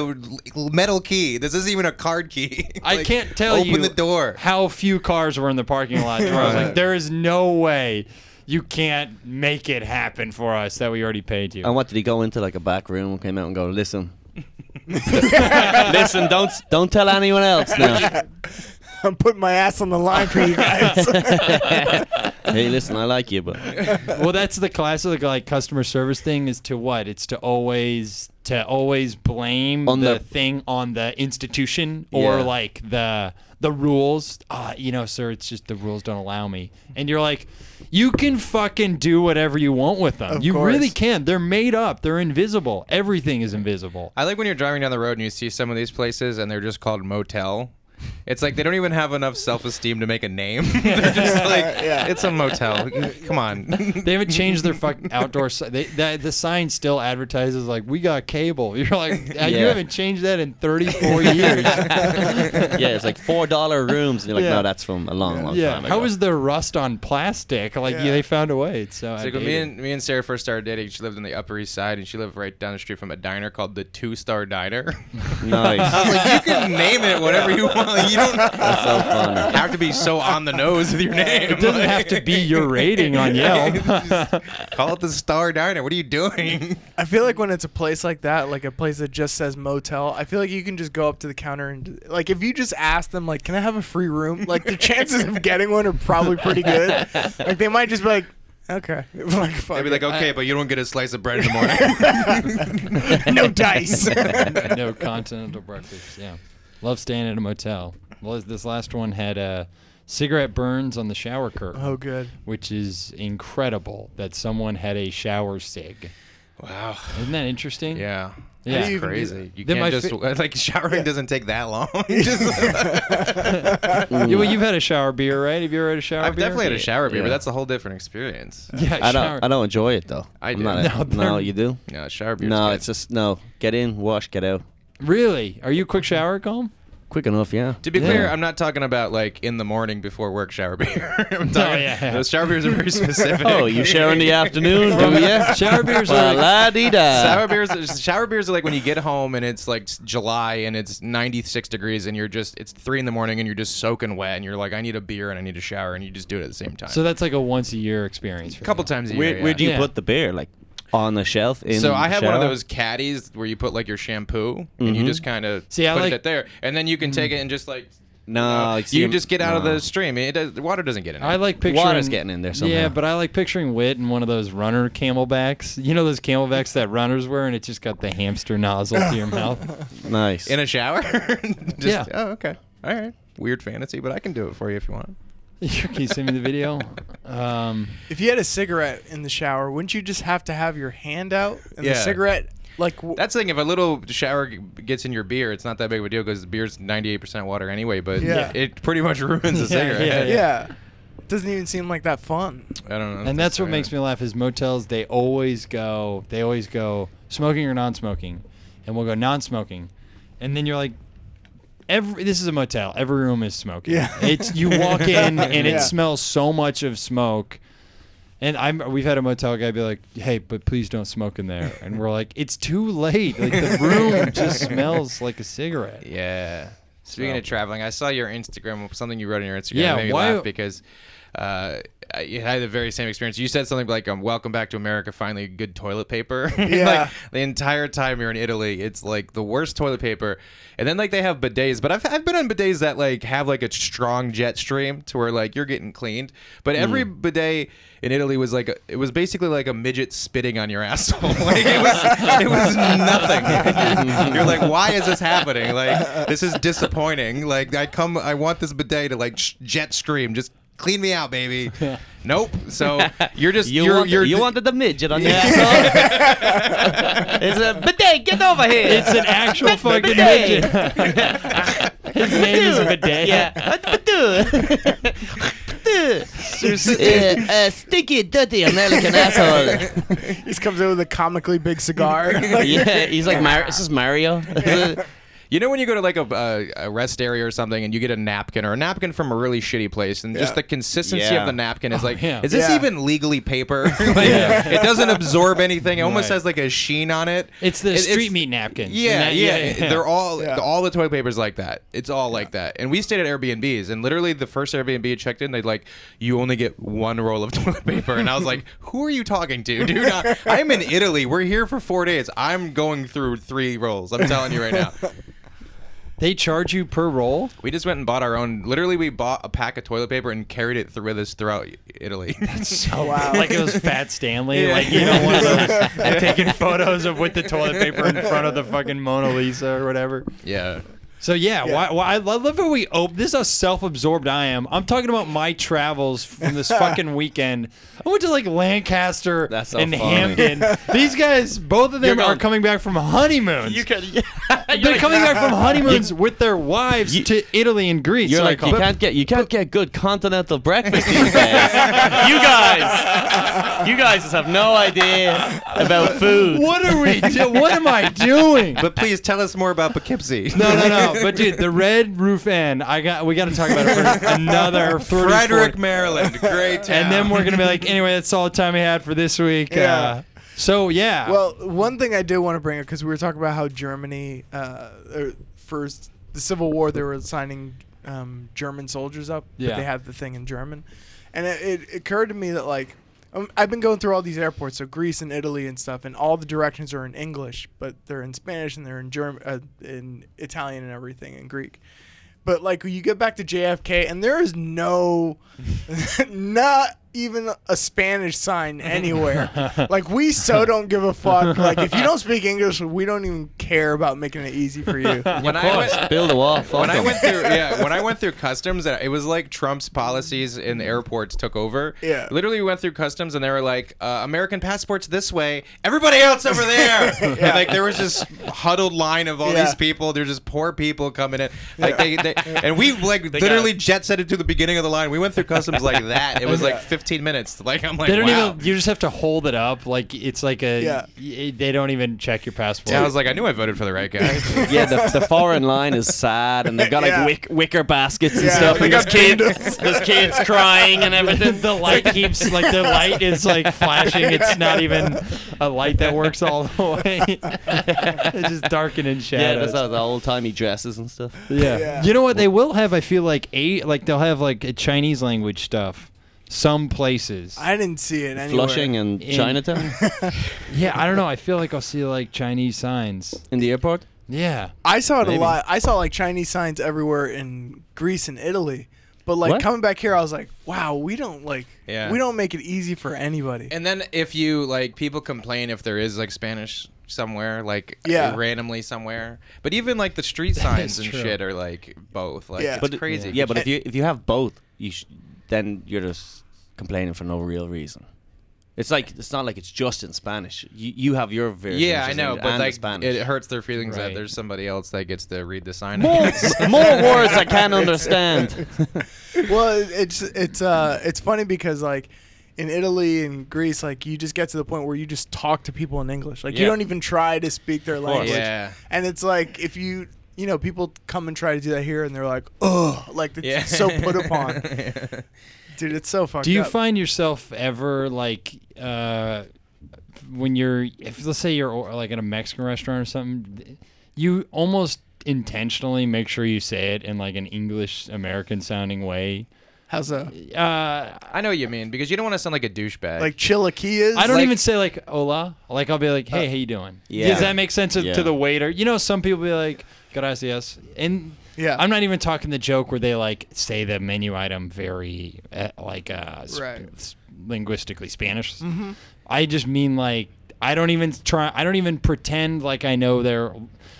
Speaker 1: l- metal key. This isn't even a card key.
Speaker 2: I
Speaker 1: Like,
Speaker 2: can't tell
Speaker 1: open
Speaker 2: you
Speaker 1: Open the door.
Speaker 2: how few cars were in the parking lot. Where I was
Speaker 1: Right.
Speaker 2: like, there is no way you can't make it happen for us that we already paid you.
Speaker 4: And what did he go into like a back room and came out and go, listen, listen, don't don't tell anyone else now.
Speaker 3: I'm putting my ass on the line for you guys.
Speaker 4: hey, listen, I like you, but
Speaker 2: well, that's the classic like customer service thing is to what? It's to always to always blame
Speaker 4: On
Speaker 2: the,
Speaker 4: the-
Speaker 2: thing on the institution or
Speaker 4: Yeah.
Speaker 2: like the the rules. Uh, you know, sir, it's just the rules don't allow me. And you're like, you can fucking do whatever you want with them.
Speaker 3: Of
Speaker 2: you really
Speaker 3: course.
Speaker 2: can. They're made up. They're invisible. Everything is invisible.
Speaker 1: I like when you're driving down the road and you see some of these places and they're just called motel. It's like they don't even have enough self-esteem to make a name. they're just like,
Speaker 3: Yeah.
Speaker 1: it's a motel. Come on.
Speaker 2: They haven't changed their fucking outdoor. si- They, that, the sign still advertises like we got cable. You're like uh, you
Speaker 4: Yeah.
Speaker 2: haven't changed that in 34 years.
Speaker 4: yeah, it's like four dollar rooms. And you're like,
Speaker 2: Yeah.
Speaker 4: no, that's from a long, long
Speaker 2: yeah.
Speaker 4: time ago.
Speaker 2: How is there rust on plastic? Like
Speaker 3: Yeah.
Speaker 2: they found a way. It's so
Speaker 1: It's like when me and me and Sarah first started dating, she lived on the Upper East Side, and she lived right down the street from a diner called the Two Star Diner. I
Speaker 4: nice?
Speaker 1: was like, you can name it whatever you want. Like, you don't
Speaker 4: that's so funny.
Speaker 1: have to be so on the nose with your name.
Speaker 2: it doesn't have to be your rating on Yelp.
Speaker 1: Call it the Star Diner. What are you doing?
Speaker 3: I feel like when it's a place like that, like a place that just says motel, I feel like you can just go up to the counter and like if you just ask them like, "Can I have a free room?" Like the chances of getting one are probably pretty good. Like they might just be like, "Okay." Like, fuck
Speaker 1: I'd be
Speaker 3: it.
Speaker 1: like, okay, but you don't get a slice of bread in the morning.
Speaker 3: no dice.
Speaker 2: no continental breakfast. Yeah, love staying at a motel. Well, this last one had uh, cigarette burns on the shower curtain,
Speaker 3: oh, good.
Speaker 2: which is incredible that someone had a shower sig.
Speaker 1: wow.
Speaker 2: Isn't that interesting?
Speaker 1: Yeah.
Speaker 2: Yeah.
Speaker 1: That's
Speaker 3: do you even do
Speaker 1: crazy. You
Speaker 2: Then
Speaker 1: can't
Speaker 2: my
Speaker 1: just like showering doesn't take that long.
Speaker 2: You- well, you've had a shower beer, right? Have you ever had a shower
Speaker 1: I've
Speaker 2: beer?
Speaker 1: definitely had a shower beer, but
Speaker 4: Yeah.
Speaker 1: that's a whole different experience.
Speaker 2: Yeah,
Speaker 4: I
Speaker 2: shower.
Speaker 4: don't. I don't enjoy it though.
Speaker 1: I
Speaker 4: I'm
Speaker 1: do.
Speaker 4: not
Speaker 2: No,
Speaker 4: a-
Speaker 2: they're-
Speaker 4: no, you do.
Speaker 1: Yeah, shower beer.
Speaker 4: No, it's just no. Get in, wash, get out.
Speaker 2: Really? Are you a quick shower, Colm?
Speaker 4: Quick enough, yeah.
Speaker 1: To be clear,
Speaker 2: Yeah.
Speaker 1: I'm not talking about like in the morning before work shower beer. I'm talking,
Speaker 2: yeah.
Speaker 1: Those shower beers are very specific.
Speaker 4: Oh, you share in the afternoon, do ya?
Speaker 2: Shower beers are
Speaker 4: Well,
Speaker 2: like
Speaker 4: la dee da.
Speaker 1: Sour beers, is- shower beers are like when you get home and it's like s- July and it's 96 degrees and you're just it's three in the morning and you're just soaking wet and you're like I need a beer and I need a shower and you just do it at the same time.
Speaker 2: So that's like a once a year experience. For
Speaker 1: a couple
Speaker 2: you.
Speaker 1: times a year.
Speaker 4: Where,
Speaker 1: yeah.
Speaker 4: where do you
Speaker 2: Yeah.
Speaker 4: put the beer? Like on the shelf in
Speaker 1: So I
Speaker 4: the
Speaker 1: have one of
Speaker 4: shower?
Speaker 1: those caddies where you put like your shampoo and you just kind of
Speaker 2: See,
Speaker 1: put
Speaker 2: I like-
Speaker 1: it there and then you can take it and just like
Speaker 4: No,
Speaker 1: uh, you,
Speaker 4: it's the-
Speaker 1: just get out of
Speaker 4: no.
Speaker 1: the stream. It does, the water doesn't get in.
Speaker 2: I
Speaker 1: it.
Speaker 2: like picturing
Speaker 4: Water's getting in there somehow.
Speaker 2: Yeah, but I like picturing Wit in one of those runner camelbacks. You know those camelbacks that runners wear, and it's just got the hamster nozzle to your mouth.
Speaker 4: nice.
Speaker 1: in a shower. just,
Speaker 2: Yeah.
Speaker 1: Oh, okay. All right. Weird fantasy, but I can do it for you if you want.
Speaker 2: Can you send me the video? Um,
Speaker 3: If you had a cigarette in the shower, wouldn't you just have to have your hand out and
Speaker 1: Yeah.
Speaker 3: the cigarette like w-
Speaker 1: That's the thing. If a little shower g- gets in your beer, it's not that big of a deal because beer's 98% water anyway, but
Speaker 3: Yeah.
Speaker 1: it pretty much ruins a
Speaker 2: Yeah, yeah,
Speaker 1: cigarette.
Speaker 3: yeah. It doesn't even seem like that fun.
Speaker 1: I don't know. if
Speaker 2: and that's what
Speaker 1: right.
Speaker 2: makes me laugh is motels. They always go. They always go smoking or non-smoking, and we'll go non-smoking, and then you're like. Every, this is a motel. Every room is smoking.
Speaker 3: Yeah.
Speaker 2: It's you walk in and
Speaker 3: Yeah.
Speaker 2: it smells so much of smoke. And I'm we've had a motel guy be like, "Hey, but please don't smoke in there." And we're like, "It's too late. Like the room just smells like a cigarette."
Speaker 1: Yeah. Speaking
Speaker 2: So-
Speaker 1: of traveling, I saw your Instagram something you wrote on your Instagram.
Speaker 2: Yeah,
Speaker 1: that made me
Speaker 2: why-
Speaker 1: laugh because uh, I you had the very same experience. You said something like, um, "Welcome back to America, finally good toilet paper."
Speaker 3: Yeah.
Speaker 1: like the entire time you're in Italy, it's like the worst toilet paper. And then like they have bidets, but I've, I've been on bidets that like have like a strong jet stream to where like you're getting cleaned. But
Speaker 2: Hmm.
Speaker 1: every bidet in Italy was like a, it was basically like a midget spitting on your asshole. like it was it was nothing. you're like, why is this happening? Like this is disappointing. Like I come, I want this bidet to like sh- jet stream just clean me out, baby. nope. So you're just
Speaker 4: You,
Speaker 1: are
Speaker 4: wanted,
Speaker 1: you're
Speaker 4: you
Speaker 1: d-
Speaker 4: wanted the midget on your asshole. it's a bidet. Get over here.
Speaker 2: It's an actual fucking
Speaker 4: bidet.
Speaker 2: midget. His name is bidet.
Speaker 4: Yeah. Bidet. Bidet. uh, uh, stinky, dirty American asshole.
Speaker 3: he just comes in with a comically big cigar. Like,
Speaker 4: yeah, he's like, Mar- is this Mario?
Speaker 1: You know when you go to like a, a, a rest area or something and you get a napkin or a napkin from a really shitty place and just
Speaker 3: Yeah.
Speaker 1: the consistency
Speaker 4: Yeah.
Speaker 1: of the napkin is like,
Speaker 2: yeah.
Speaker 1: is this
Speaker 3: Yeah.
Speaker 1: even legally paper? like,
Speaker 2: Yeah.
Speaker 1: It doesn't absorb anything. It almost
Speaker 2: Right.
Speaker 1: has like a sheen on it.
Speaker 2: It's the
Speaker 1: It-
Speaker 2: street meat napkin.
Speaker 1: Yeah, yeah, They're all
Speaker 3: Yeah.
Speaker 1: all the toilet papers like that. It's all like that. And we stayed at Airbnbs, and literally the first Airbnb I checked in, they would like you only get one roll of toilet paper, and I was like, "Who are you talking to, dude? I- I'm in Italy. We're here for four days. I'm going through three rolls. I'm telling you right now."
Speaker 2: They charge you per roll.
Speaker 1: We just went and bought our own. Literally, we bought a pack of toilet paper and carried it through with us throughout Italy.
Speaker 3: oh, wow.
Speaker 2: like it was Fat Stanley,
Speaker 1: Yeah.
Speaker 2: like you know, one of those, and taking photos of with the toilet paper in front of the fucking Mona Lisa or whatever.
Speaker 1: yeah.
Speaker 2: So yeah,
Speaker 3: Yeah.
Speaker 2: Why, why, I love love how we open. This is how self-absorbed I am. I'm talking about my travels from this fucking weekend. I went to like Lancaster
Speaker 4: That's so
Speaker 2: and
Speaker 4: funny.
Speaker 2: Hampton. These guys, both of them,
Speaker 4: You're
Speaker 2: are
Speaker 4: going-
Speaker 2: coming back from honeymoons.
Speaker 4: can.
Speaker 2: They're coming back from honeymoons with their wives
Speaker 4: You-
Speaker 2: to Italy and Greece.
Speaker 4: You're
Speaker 2: so I
Speaker 4: like,
Speaker 2: call-
Speaker 4: you can't get you can't get good continental breakfast these days. you guys, you guys just have no idea about food.
Speaker 2: What are we? Do- what am I doing?
Speaker 1: But please tell us more about Poughkeepsie.
Speaker 2: No, no, no. But dude, the Red Roof Inn. I got. We got to talk about it for another 30,
Speaker 1: Frederick,
Speaker 2: 40
Speaker 1: Maryland, great town.
Speaker 2: and then we're gonna be like, anyway, that's all the time we had for this week. Uh,
Speaker 3: Yeah.
Speaker 2: so yeah.
Speaker 3: Well, one thing I did want to bring up because we were talking about how Germany, uh, er, first the Civil War, they were signing um, German soldiers up,
Speaker 2: Yeah.
Speaker 3: but they had the thing in German, and it, it occurred to me that like um, I've been going through all these airports, so Greece and Italy and stuff, and all the directions are in English, but they're in Spanish and they're in German, uh, in Italian and everything, and Greek. But like you get back to JFK, and there is no, not even a Spanish sign anywhere. like we so don't give a fuck. Like if you don't speak English, we don't even care about making it easy for you.
Speaker 1: when
Speaker 4: Of
Speaker 1: I
Speaker 4: course,
Speaker 1: went-
Speaker 4: build a wall. fuck
Speaker 1: when I
Speaker 4: 'em.
Speaker 1: went through, yeah, when I went through customs, uh, it was like Trump's policies in airports took over.
Speaker 3: Yeah.
Speaker 1: literally we went through customs and they were like, uh, "American passports this way, everybody else over there." And, like there was this huddled line of all
Speaker 3: Yeah.
Speaker 1: these people. They're just poor people coming in. Like they, they and we like literally jet set it to the beginning of the line. We went through customs like that. It was like 15 minutes. Like I'm like,
Speaker 2: they don't
Speaker 1: wow.
Speaker 2: even. You just have to hold it up. Like it's like a.
Speaker 3: Yeah.
Speaker 2: y- they don't even check your passport.
Speaker 1: Yeah, I was like, I knew I voted for the right guy.
Speaker 4: yeah, the, the foreign line is sad, and they've got like
Speaker 3: Yeah.
Speaker 4: wick, wicker baskets and
Speaker 3: Yeah,
Speaker 4: stuff,
Speaker 3: they
Speaker 4: and there's
Speaker 3: got
Speaker 4: kids, there's kids crying and everything.
Speaker 2: the light keeps like the light is like flashing. It's not even a light that works all the way. it's just darkened in
Speaker 4: Yeah,
Speaker 2: shadows.
Speaker 4: that's how the old timey dresses and stuff.
Speaker 2: Yeah.
Speaker 3: Yeah.
Speaker 2: You know what? They will have, I feel like, eight, like they'll have like a Chinese language stuff. Some places.
Speaker 3: I didn't see it anywhere.
Speaker 4: Flushing and
Speaker 2: In-
Speaker 4: Chinatown
Speaker 2: yeah, I don't know. I feel like I'll see like Chinese signs.
Speaker 4: in the airport.
Speaker 2: Yeah.
Speaker 3: I saw it
Speaker 4: Maybe.
Speaker 3: a lot. I saw like Chinese signs everywhere in Greece and Italy. But like
Speaker 4: What?
Speaker 3: coming back here, I was like, wow, we don't like,
Speaker 1: Yeah.
Speaker 3: we don't make it easy for anybody.
Speaker 1: And then if you like, people complain if there is like Spanish somewhere, like uh,
Speaker 3: Yeah.
Speaker 1: randomly somewhere. But even like the street signs
Speaker 2: is
Speaker 1: and
Speaker 2: true.
Speaker 1: shit are like both. Like
Speaker 3: Yeah.
Speaker 1: it's
Speaker 3: But-
Speaker 1: crazy.
Speaker 4: Yeah, but if you if you have both, you sh- then you're just complaining for no real reason. It's like it's not like it's just in Spanish. You you have your version.
Speaker 1: yeah,
Speaker 4: which
Speaker 1: I
Speaker 4: is
Speaker 1: know,
Speaker 4: in-
Speaker 1: but
Speaker 4: and
Speaker 1: like
Speaker 4: Spanish.
Speaker 1: it hurts their feelings
Speaker 2: Right.
Speaker 1: that there's somebody else that gets to read the sign. I
Speaker 4: more,
Speaker 1: guess.
Speaker 4: more words I can't understand.
Speaker 3: well, it- it's it's uh it's funny because like in Italy and Greece, like you just get to the point where you just talk to people in English. Like you
Speaker 1: Yeah.
Speaker 3: don't even try to speak their
Speaker 4: course.
Speaker 3: language.
Speaker 1: Yeah.
Speaker 3: And it's like if you you know people come and try to do that here, and they're like, ugh, like it's
Speaker 1: Yeah.
Speaker 3: so put upon, dude. It's so fucked.
Speaker 2: Do you
Speaker 3: up.
Speaker 2: find yourself ever like uh, when you're, if let's say you're or- like at a Mexican restaurant or something, you almost intentionally make sure you say it in like an English American sounding way.
Speaker 3: how's a
Speaker 2: Uh,
Speaker 1: I know what you mean because you don't want to sound like a douchebag.
Speaker 3: like Uh, chilaquiles?
Speaker 2: I don't e-,
Speaker 1: Like-
Speaker 2: even say like hola. Like I'll be like, hey, how you doing?
Speaker 4: yeah.
Speaker 2: Does that make sense to,
Speaker 4: Yeah.
Speaker 2: to the waiter? You know, some people be like, gracias, and
Speaker 3: Yeah.
Speaker 2: I'm not even talking the joke where they like say the menu item very uh, like uh, sp-
Speaker 3: Right. Mm-hmm.
Speaker 2: s- linguistically Spanish. I just mean like I don't even try. I don't even pretend like I know their.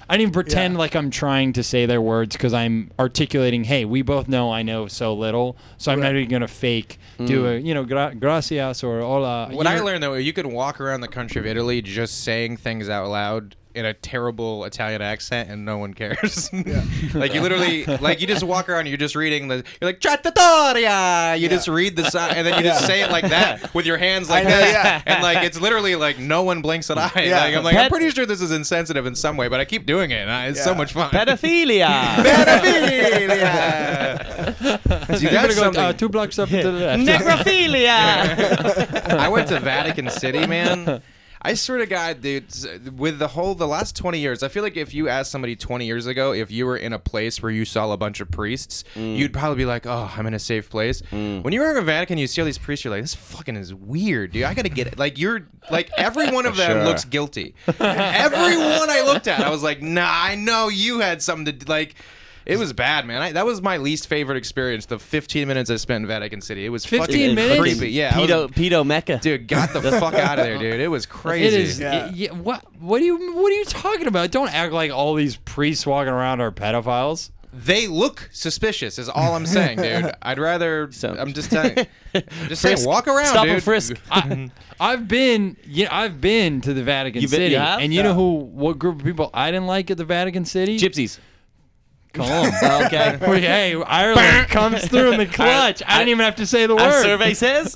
Speaker 2: I don't even pretend
Speaker 3: Yeah.
Speaker 2: like I'm trying to say their words because I'm articulating. Hey, we both know I know so little, so I'm not
Speaker 3: Right. Mm.
Speaker 2: even gonna fake do a you know gra- gracias or hola.
Speaker 1: What
Speaker 2: You
Speaker 1: I
Speaker 2: know-
Speaker 1: learned though, you could walk around the country of Italy just saying things out loud in a terrible Italian accent, and no one cares. like you literally, like you just walk around, and you're just reading the, you're like trattoria. You just read the sign, and then you just say it like that with your hands like
Speaker 3: I know,
Speaker 1: this,
Speaker 3: yeah.
Speaker 1: and like it's literally like no one blinks an eye.
Speaker 3: Yeah.
Speaker 1: Like, I'm like, I'm
Speaker 4: Pet-
Speaker 1: pretty sure this is insensitive in some way, but I keep doing it, and I, it's so
Speaker 3: Yeah.
Speaker 1: much fun.
Speaker 4: Pedophilia.
Speaker 1: Pedophilia. So you
Speaker 2: I'm
Speaker 1: got
Speaker 2: gonna go uh,
Speaker 1: something.
Speaker 2: two blocks up to the left.
Speaker 4: Necrophilia.
Speaker 1: I went to Vatican City, man. I swear to God, dude, s- with the whole the last twenty years, I feel like if you asked somebody twenty years ago if you were in a place where you saw a bunch of priests, you'd probably be like, "Oh, I'm in a safe place." When you were in the Vatican, you see all these priests, you're like, "This fucking is weird, dude. I gotta get it." Like you're like every one of them
Speaker 4: Sure.
Speaker 1: looks guilty. Everyone I looked at, I was like, "Nah, I know you had something to d- like." It was bad, man. I, that was my least favorite experience. The 15 minutes I spent in Vatican City, it was
Speaker 2: 15
Speaker 1: fucking
Speaker 2: minutes?
Speaker 1: creepy. Yeah, I was-
Speaker 4: Pedo, pedo Mecca.
Speaker 1: dude got the fuck out of there dude it was crazy
Speaker 2: It is.
Speaker 3: Yeah.
Speaker 2: y- y- what? What are you? What are you talking about? Don't act like all these priests walking around are pedophiles.
Speaker 1: they look suspicious is all i'm saying dude i'd rather
Speaker 4: So-
Speaker 1: i'm just saying I'm just saying
Speaker 4: Frisk.
Speaker 1: walk around
Speaker 4: Stop
Speaker 1: dude.
Speaker 4: and frisk.
Speaker 2: I, I've been, you know, I've been to the Vatican
Speaker 4: You've been-
Speaker 2: City,
Speaker 4: you have?
Speaker 2: and you know who? What group of people I didn't like at the Vatican City?
Speaker 4: Gypsies.
Speaker 2: Come
Speaker 4: Okay.
Speaker 2: Hey, Ireland comes through in the clutch. I, didn't even have to say the
Speaker 4: Our
Speaker 2: word.
Speaker 4: survey says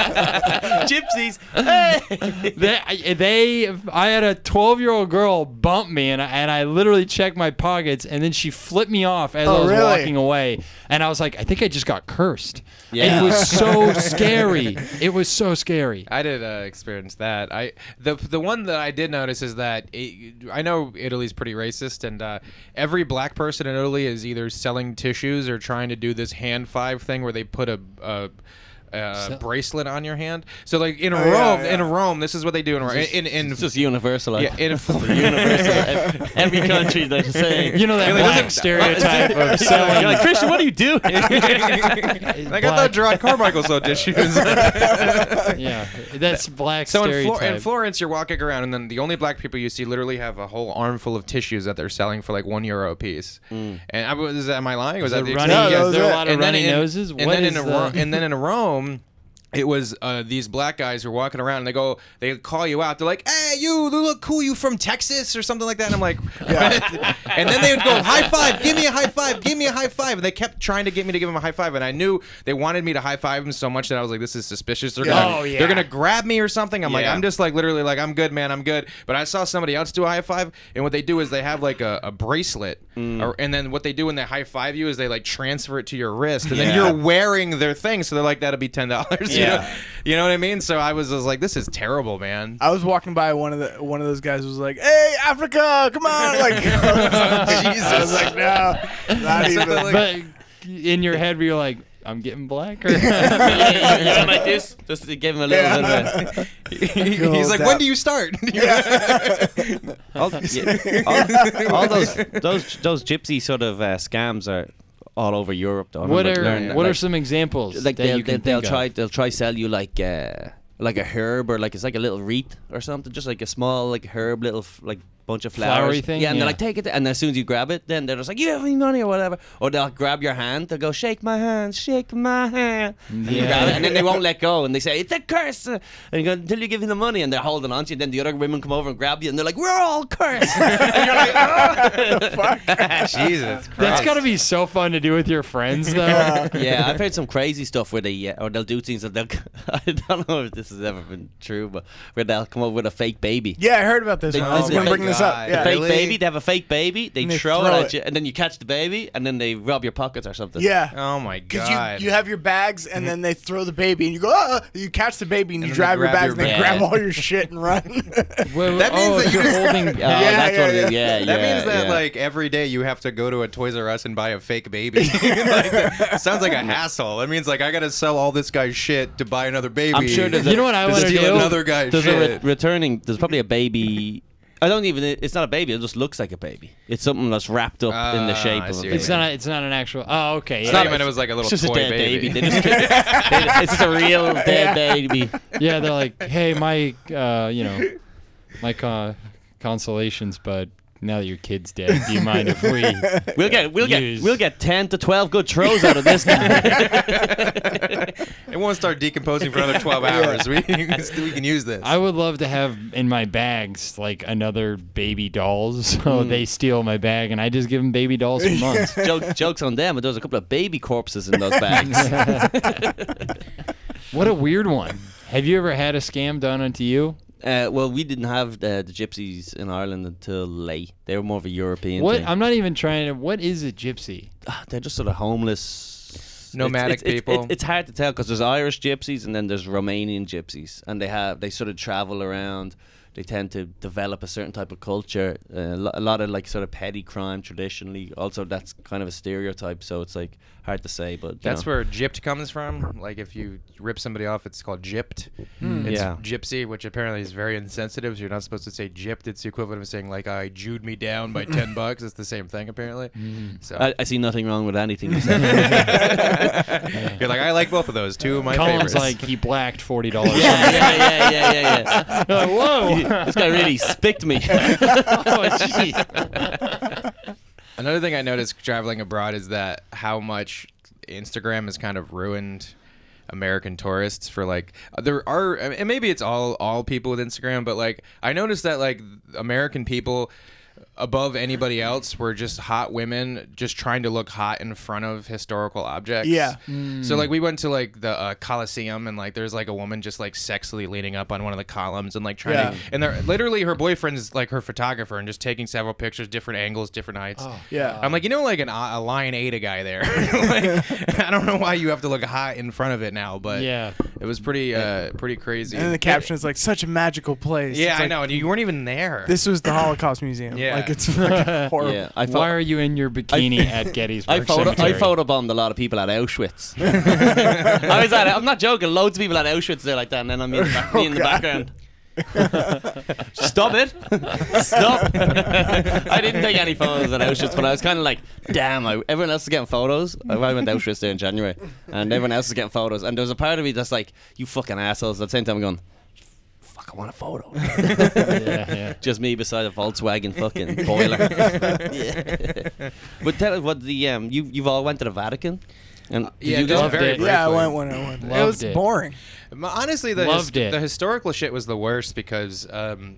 Speaker 4: gypsies. Hey.
Speaker 2: They, they, I had a 12 year old girl bump me, and I, and I literally checked my pockets, and then she flipped me off as I
Speaker 3: Oh,
Speaker 2: was
Speaker 3: really?
Speaker 2: walking away, and I was like, I think I just got cursed.
Speaker 4: Yeah.
Speaker 2: It was so scary. It was so scary.
Speaker 1: I did uh, experience that. I the the one that I did notice is that it, I know Italy's pretty racist, and uh, every black person in Italy is either selling tissues or trying to do this hand five thing where they put a. a uh,
Speaker 2: So-
Speaker 1: bracelet on your hand. So like in
Speaker 3: Oh,
Speaker 1: Rome,
Speaker 3: yeah, yeah.
Speaker 1: in Rome, this is what they do in Rome. In in,
Speaker 4: It's just universal. I-
Speaker 1: yeah, in
Speaker 4: universal. Ev- Every country they're saying.
Speaker 2: You know that
Speaker 1: You're like,
Speaker 2: black
Speaker 1: "Doesn't-
Speaker 2: stereotype of
Speaker 4: You're
Speaker 2: selling.
Speaker 4: like Christian. What do you do?
Speaker 1: like I
Speaker 2: Black.
Speaker 1: thought Gerard Carmichael sold tissues.
Speaker 2: yeah, that's black
Speaker 1: so in, Flor-
Speaker 2: stereotype.
Speaker 1: in Florence, you're walking around, and then the only black people you see literally have a whole armful of tissues that they're selling for like one euro a piece. And I was, am I lying? Was that
Speaker 2: Is it
Speaker 1: the
Speaker 2: runny-
Speaker 1: experience?
Speaker 3: No,
Speaker 2: is there a
Speaker 3: those are-
Speaker 2: lot of
Speaker 1: And then
Speaker 2: runny
Speaker 1: in-
Speaker 2: noses?
Speaker 1: And
Speaker 2: What
Speaker 1: then
Speaker 2: is
Speaker 1: in a
Speaker 2: the-
Speaker 1: Ro- and then in Rome, it was uh, these black guys were walking around and they go, they call you out. They're like, "Hey, you, you look cool. You from Texas or something like that?" And I'm like, "What?" And then they would go, "High five! Give me a high five! Give me a high five!" And they kept trying to get me to give them a high five. And I knew they wanted me to high five them so much that I was like, "This is suspicious. They're gonna,
Speaker 2: Oh, yeah.
Speaker 1: they're gonna grab me or something." I'm like,
Speaker 4: Yeah.
Speaker 1: "I'm just like literally like I'm good, man. I'm good." But I saw somebody else do a high five, and what they do is they have like a, a bracelet,
Speaker 3: Mm.
Speaker 1: or, and then what they do when they high five you is they like transfer it to your wrist, and then
Speaker 4: Yeah.
Speaker 1: you're wearing their thing, so they're like, "That'll be ten dollars." You,
Speaker 4: Yeah.
Speaker 1: know? you know what I mean? So I was just like, "This is terrible, man."
Speaker 3: I was walking by one of the one of those guys was like, "Hey, Africa, come on!" Like, Jesus, I was like, "No, not even."
Speaker 1: Something like-
Speaker 2: but in your head, where you're like, I'm getting blacker.
Speaker 4: you went like this, just to give him a little bit of.
Speaker 3: Yeah.
Speaker 4: A,
Speaker 1: He's like,
Speaker 3: that-
Speaker 1: "When do you start?"
Speaker 4: all, yeah, all, all those those those gypsy sort of uh, scams are all over Europe. Though. I
Speaker 2: what
Speaker 4: remember
Speaker 2: are
Speaker 4: learning that,
Speaker 2: what are
Speaker 4: like-
Speaker 2: some examples that
Speaker 4: like they'll,
Speaker 2: you
Speaker 4: they'll,
Speaker 2: can
Speaker 4: they'll
Speaker 2: think
Speaker 4: try
Speaker 2: of?
Speaker 4: they'll try sell you like uh like a herb or like it's like a little wreath or something just like a small like herb little f- like bunch of flowers
Speaker 2: Flowery thing?
Speaker 4: yeah and
Speaker 2: Yeah.
Speaker 4: they're like take it and as soon as you grab it then they're just like you have any money or whatever or they'll grab your hand they'll go shake my hand shake my hand and, you
Speaker 2: Yeah.
Speaker 4: grab it, and then they won't let go and they say it's a curse and you go until you give them the money and they're holding on to you and then the other women come over and grab you and they're like we're all cursed and you're like
Speaker 1: Jesus, Christ.
Speaker 2: That's got to be so fun to do with your friends, though.
Speaker 4: yeah, I've heard some crazy stuff where they uh, or they'll do things that they'll. I don't know if this has ever been true, but where they'll come up with a fake baby.
Speaker 3: yeah, I heard about this.
Speaker 4: They-
Speaker 3: one. I was
Speaker 4: they-
Speaker 3: gonna
Speaker 4: they-
Speaker 3: bring this up.
Speaker 1: God.
Speaker 3: Yeah,
Speaker 4: Fake
Speaker 1: Really?
Speaker 4: baby. They have a fake baby. They,
Speaker 3: And they
Speaker 4: throw,
Speaker 3: throw
Speaker 4: it
Speaker 3: it.
Speaker 4: at you, and then you catch the baby, and then they rob your pockets or something.
Speaker 3: yeah.
Speaker 1: Oh my
Speaker 3: Because
Speaker 1: God.
Speaker 3: you, you have your bags and then they throw the baby and you go, uh, uh," you catch the baby and,
Speaker 1: And
Speaker 3: you
Speaker 1: then they
Speaker 3: drive your
Speaker 1: grab
Speaker 3: bags
Speaker 1: your
Speaker 3: and they
Speaker 4: bag.
Speaker 3: grab all your shit and run.
Speaker 2: Wait, wait,
Speaker 1: That means
Speaker 2: oh,
Speaker 1: that
Speaker 2: if
Speaker 1: you-
Speaker 2: you're holding.
Speaker 4: Oh, that's
Speaker 3: yeah,
Speaker 4: what it is.
Speaker 3: yeah.
Speaker 4: Yeah,
Speaker 1: That
Speaker 4: yeah,
Speaker 1: means that
Speaker 4: yeah.
Speaker 1: like every day you have to go to a Toys R Us and buy a fake baby. like, that sounds like a hassle. That means like I gotta sell all this guy's shit to buy another baby.
Speaker 4: I'm sure there's a-
Speaker 2: You know what I
Speaker 1: to
Speaker 2: want to
Speaker 1: steal
Speaker 2: do?
Speaker 1: another guy's
Speaker 4: there's a re-
Speaker 1: shit.
Speaker 4: returning. There's probably a baby I don't even. It's not a baby. It just looks like a baby. It's something that's wrapped up in the
Speaker 1: Ah,
Speaker 4: shape
Speaker 1: I
Speaker 4: of
Speaker 1: see what
Speaker 4: a baby.
Speaker 1: you
Speaker 2: It's not. It's not an actual. Oh, okay.
Speaker 1: I
Speaker 2: yeah.
Speaker 1: thought you meant it was like a little
Speaker 4: It's just
Speaker 1: toy
Speaker 4: a dead baby.
Speaker 1: baby.
Speaker 4: They just- they- it's just a real dead baby.
Speaker 2: yeah, they're like, hey, my, uh, you know, my con- consolations, but now that your kid's dead, do you mind if we?
Speaker 4: We'll get we'll
Speaker 2: Use.
Speaker 4: get we'll get ten to twelve good throws out of this guy.
Speaker 1: it won't start decomposing for another 12 hours. We, we can use this.
Speaker 2: I would love to have in my bags like another baby dolls, so
Speaker 4: Hmm.
Speaker 2: they steal my bag and I just give them baby dolls for months.
Speaker 4: Joke, jokes on them, but there's a couple of baby corpses in those bags.
Speaker 2: what a weird one. Have you ever had a scam done onto you?
Speaker 4: Uh, well, we didn't have uh, the gypsies in Ireland until late. They were more of a European
Speaker 2: What?
Speaker 4: thing.
Speaker 2: I'm not even trying to. What is a gypsy?
Speaker 4: Ah, They're just sort of homeless,
Speaker 1: Nomadic
Speaker 4: It's- it's- it's-
Speaker 1: people.
Speaker 4: It's, it's hard to tell because there's Irish gypsies and then there's Romanian gypsies, and they have they sort of travel around. They tend to develop a certain type of culture, uh, a lo- a lot of like sort of petty crime traditionally. Also, that's kind of a stereotype, so it's like hard to say. But you
Speaker 1: That's
Speaker 4: know.
Speaker 1: where gypped comes from. Like if you rip somebody off, it's called gypped. It's
Speaker 4: Hmm. Yeah.
Speaker 1: gypsy, which apparently is very insensitive. So you're not supposed to say gypped. It's the equivalent of saying like I jewed me down by ten bucks. It's the same thing apparently. So
Speaker 4: Hmm. I, I see nothing wrong with anything. you said.
Speaker 1: you're like I like both of those. Two of my
Speaker 2: Colin's
Speaker 1: favorites.
Speaker 2: like he blacked forty dollars.
Speaker 4: yeah, yeah, yeah, yeah, yeah, yeah.
Speaker 2: Whoa!
Speaker 4: this guy really spicked me.
Speaker 2: oh, jeez.
Speaker 1: Another thing I noticed traveling abroad is that how much Instagram has kind of ruined American tourists for like there are and maybe it's all all people with Instagram, but like I noticed that like American people above anybody else were just hot women just trying to look hot in front of historical objects.
Speaker 3: Yeah.
Speaker 1: So like we went to like the uh, Coliseum and like there's like a woman just like sexily leaning up on one of the columns and like trying to
Speaker 3: Yeah.
Speaker 1: and they're literally her boyfriend's like her photographer and just taking several pictures, different angles, different heights.
Speaker 3: Yeah.
Speaker 1: I'm like, you know, like an, uh, a lion ate a guy there. like, I don't know why you have to look hot in front of it now, but
Speaker 2: Yeah.
Speaker 1: it was pretty, uh, pretty crazy.
Speaker 3: and then the caption is like such a magical place.
Speaker 1: yeah,
Speaker 3: It's
Speaker 1: I
Speaker 3: like,
Speaker 1: know, and you weren't even there.
Speaker 3: This was the Holocaust Museum.
Speaker 1: Yeah.
Speaker 3: Like it's fucking horrible.
Speaker 4: yeah, I felt,
Speaker 2: Why are you in your bikini at Gettysburg
Speaker 4: I photo I
Speaker 2: Cemetery?
Speaker 4: photobombed a lot of people at Auschwitz. I was at I'm not joking. Loads of people at Auschwitz there like that, and then I'm in the, back, me in the background. Stop it! Stop! I didn't take any photos at Auschwitz, but I was kind of like, damn! I, everyone else is getting photos. I went to Auschwitz there in January, and everyone else is getting photos. And there was a part of me that's like, you fucking assholes. At the same time, I'm going, fuck, I want a photo.
Speaker 2: yeah, yeah.
Speaker 4: Just me beside a Volkswagen fucking boiler. Yeah. But tell us what the um you you've all went to the Vatican, and did
Speaker 1: yeah,
Speaker 4: you
Speaker 1: just
Speaker 4: go?
Speaker 2: loved
Speaker 1: very
Speaker 2: it.
Speaker 1: briefly.
Speaker 3: Yeah, I went one on one. It
Speaker 2: Loved
Speaker 3: was
Speaker 2: it.
Speaker 3: boring.
Speaker 1: M- Honestly, the
Speaker 2: Loved
Speaker 1: his-
Speaker 2: it.
Speaker 1: the historical shit was the worst because, um,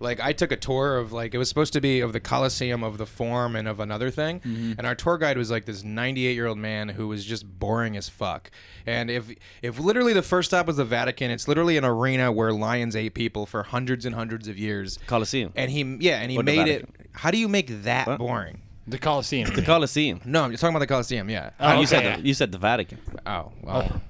Speaker 1: like, I took a tour of like it was supposed to be of the Colosseum, of the Forum, and of another thing, and our tour guide was like this 98 year old man who was just boring as fuck. And if if literally the first stop was the Vatican, it's literally an arena where lions ate people for hundreds and hundreds of years.
Speaker 4: Colosseum.
Speaker 1: And he yeah, and he
Speaker 4: Or the
Speaker 1: made it.
Speaker 4: Vatican.
Speaker 1: How do you make that boring?
Speaker 2: The Coliseum. The
Speaker 4: Colosseum.
Speaker 1: No, I'm just talking about the Colosseum. Yeah.
Speaker 2: Oh,
Speaker 4: Ah, you
Speaker 2: okay.
Speaker 4: said the, you said the Vatican.
Speaker 1: Oh well,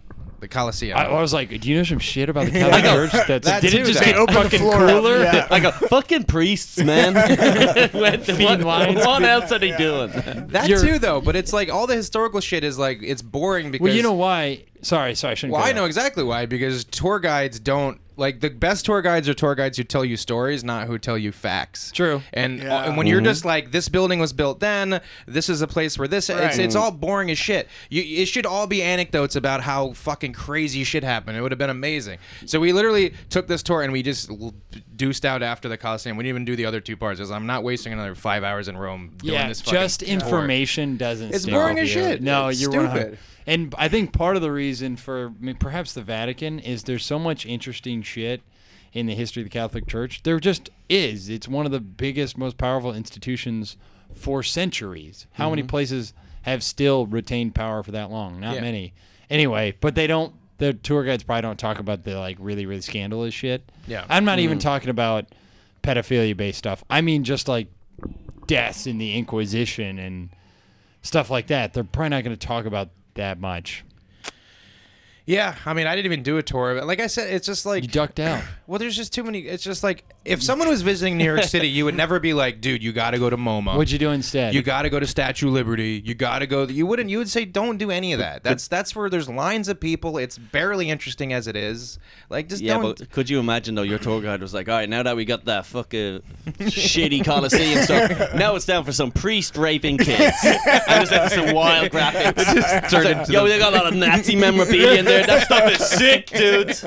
Speaker 1: the Colosseum.
Speaker 2: I, I was like, do you know some shit about the Catholic Church? That's,
Speaker 1: That
Speaker 2: did
Speaker 1: too,
Speaker 2: it just
Speaker 1: though.
Speaker 2: get
Speaker 3: Open the
Speaker 2: fucking
Speaker 3: floor up,
Speaker 2: cooler?
Speaker 3: yeah.
Speaker 4: I go fucking priests, man. What- what,
Speaker 2: Feeding lions.
Speaker 4: what else are they doing?
Speaker 1: That
Speaker 2: You're-
Speaker 1: too, though. But it's like all the historical shit is like it's boring because.
Speaker 2: Well, you know why? Sorry, sorry, I shouldn't.
Speaker 1: Well,
Speaker 2: go
Speaker 1: I
Speaker 2: there.
Speaker 1: know exactly why because tour guides don't like the best tour guides are tour guides who tell you stories, not who tell you facts.
Speaker 2: True. Mm-hmm.
Speaker 1: And, uh,
Speaker 3: Yeah.
Speaker 1: and when you're just like this building was built then, this is a place where this it's,
Speaker 3: Right.
Speaker 1: it's all boring as shit. You, it should all be anecdotes about how fucking crazy shit happened. It would have been amazing. So we literally took this tour and we just l- deuced out after the Coliseum. We didn't even do the other two parts. 'cause I'm not wasting another five hours in Rome doing
Speaker 2: Yeah,
Speaker 1: this. fucking
Speaker 2: just
Speaker 1: tour.
Speaker 2: information doesn't.
Speaker 1: It's
Speaker 2: stick
Speaker 1: boring
Speaker 2: with
Speaker 1: as
Speaker 2: you.
Speaker 1: shit.
Speaker 2: No,
Speaker 1: It's
Speaker 2: you're 100
Speaker 1: stupid.
Speaker 2: And I think part of the reason for I mean, perhaps the Vatican is there's so much interesting shit in the history of the Catholic Church. There just is. It's one of the biggest, most powerful institutions for centuries. How many places have still retained power for that long? Not
Speaker 1: Mm-hmm. Yeah.
Speaker 2: many. Anyway, but they don't. The tour guides probably don't talk about the like really really scandalous shit.
Speaker 1: Yeah. Mm-hmm.
Speaker 2: I'm not even talking about pedophilia based stuff. I mean just like deaths in the Inquisition and stuff like that. They're probably not going to talk about that much.
Speaker 1: Yeah, I mean, I didn't even do a tour of it. Like I said, it's just like
Speaker 2: You ducked out.
Speaker 1: Well, there's just too many. It's just like if someone was visiting New York City, you would never be like, dude, you got to go to MoMA.
Speaker 2: What'd you do instead?
Speaker 1: You got to go to Statue of Liberty. You got to go. You wouldn't. You would say, don't do any of that. That's that's where there's lines of people. It's barely interesting as it is. Like just
Speaker 4: Yeah,
Speaker 1: don't.
Speaker 4: but could you imagine though? Your tour guide was like, "All right, now that we got that fucking shitty Colosseum stuff, now it's down for some priest raping kids." I was like, "Some wild graphics." I was like, Yo, they got a lot of Nazi memorabilia in there. That stuff is sick, dudes.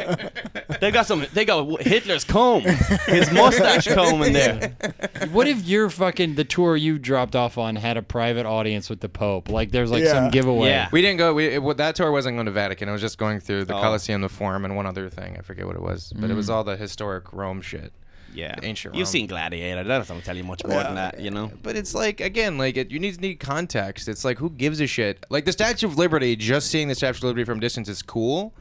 Speaker 4: They got some. They got Hitler's comb, his mustache comb in there.
Speaker 2: what if your fucking the tour you dropped off on had a private audience with the Pope? Like there's like some
Speaker 3: Yeah.
Speaker 2: giveaway.
Speaker 4: Yeah.
Speaker 1: we didn't go. We it, well, that tour wasn't going to Vatican. It was just going through the Colosseum, the Forum, and one other thing. I forget what it was, but it was all the historic Rome shit.
Speaker 4: Yeah,
Speaker 1: Ancient
Speaker 4: You've
Speaker 1: Rome.
Speaker 4: seen Gladiator. That don't tell you much more than that, you know.
Speaker 1: But it's like again, like it, you need need context. It's like who gives a shit? Like the Statue of Liberty, just seeing the Statue of Liberty from distance is cool.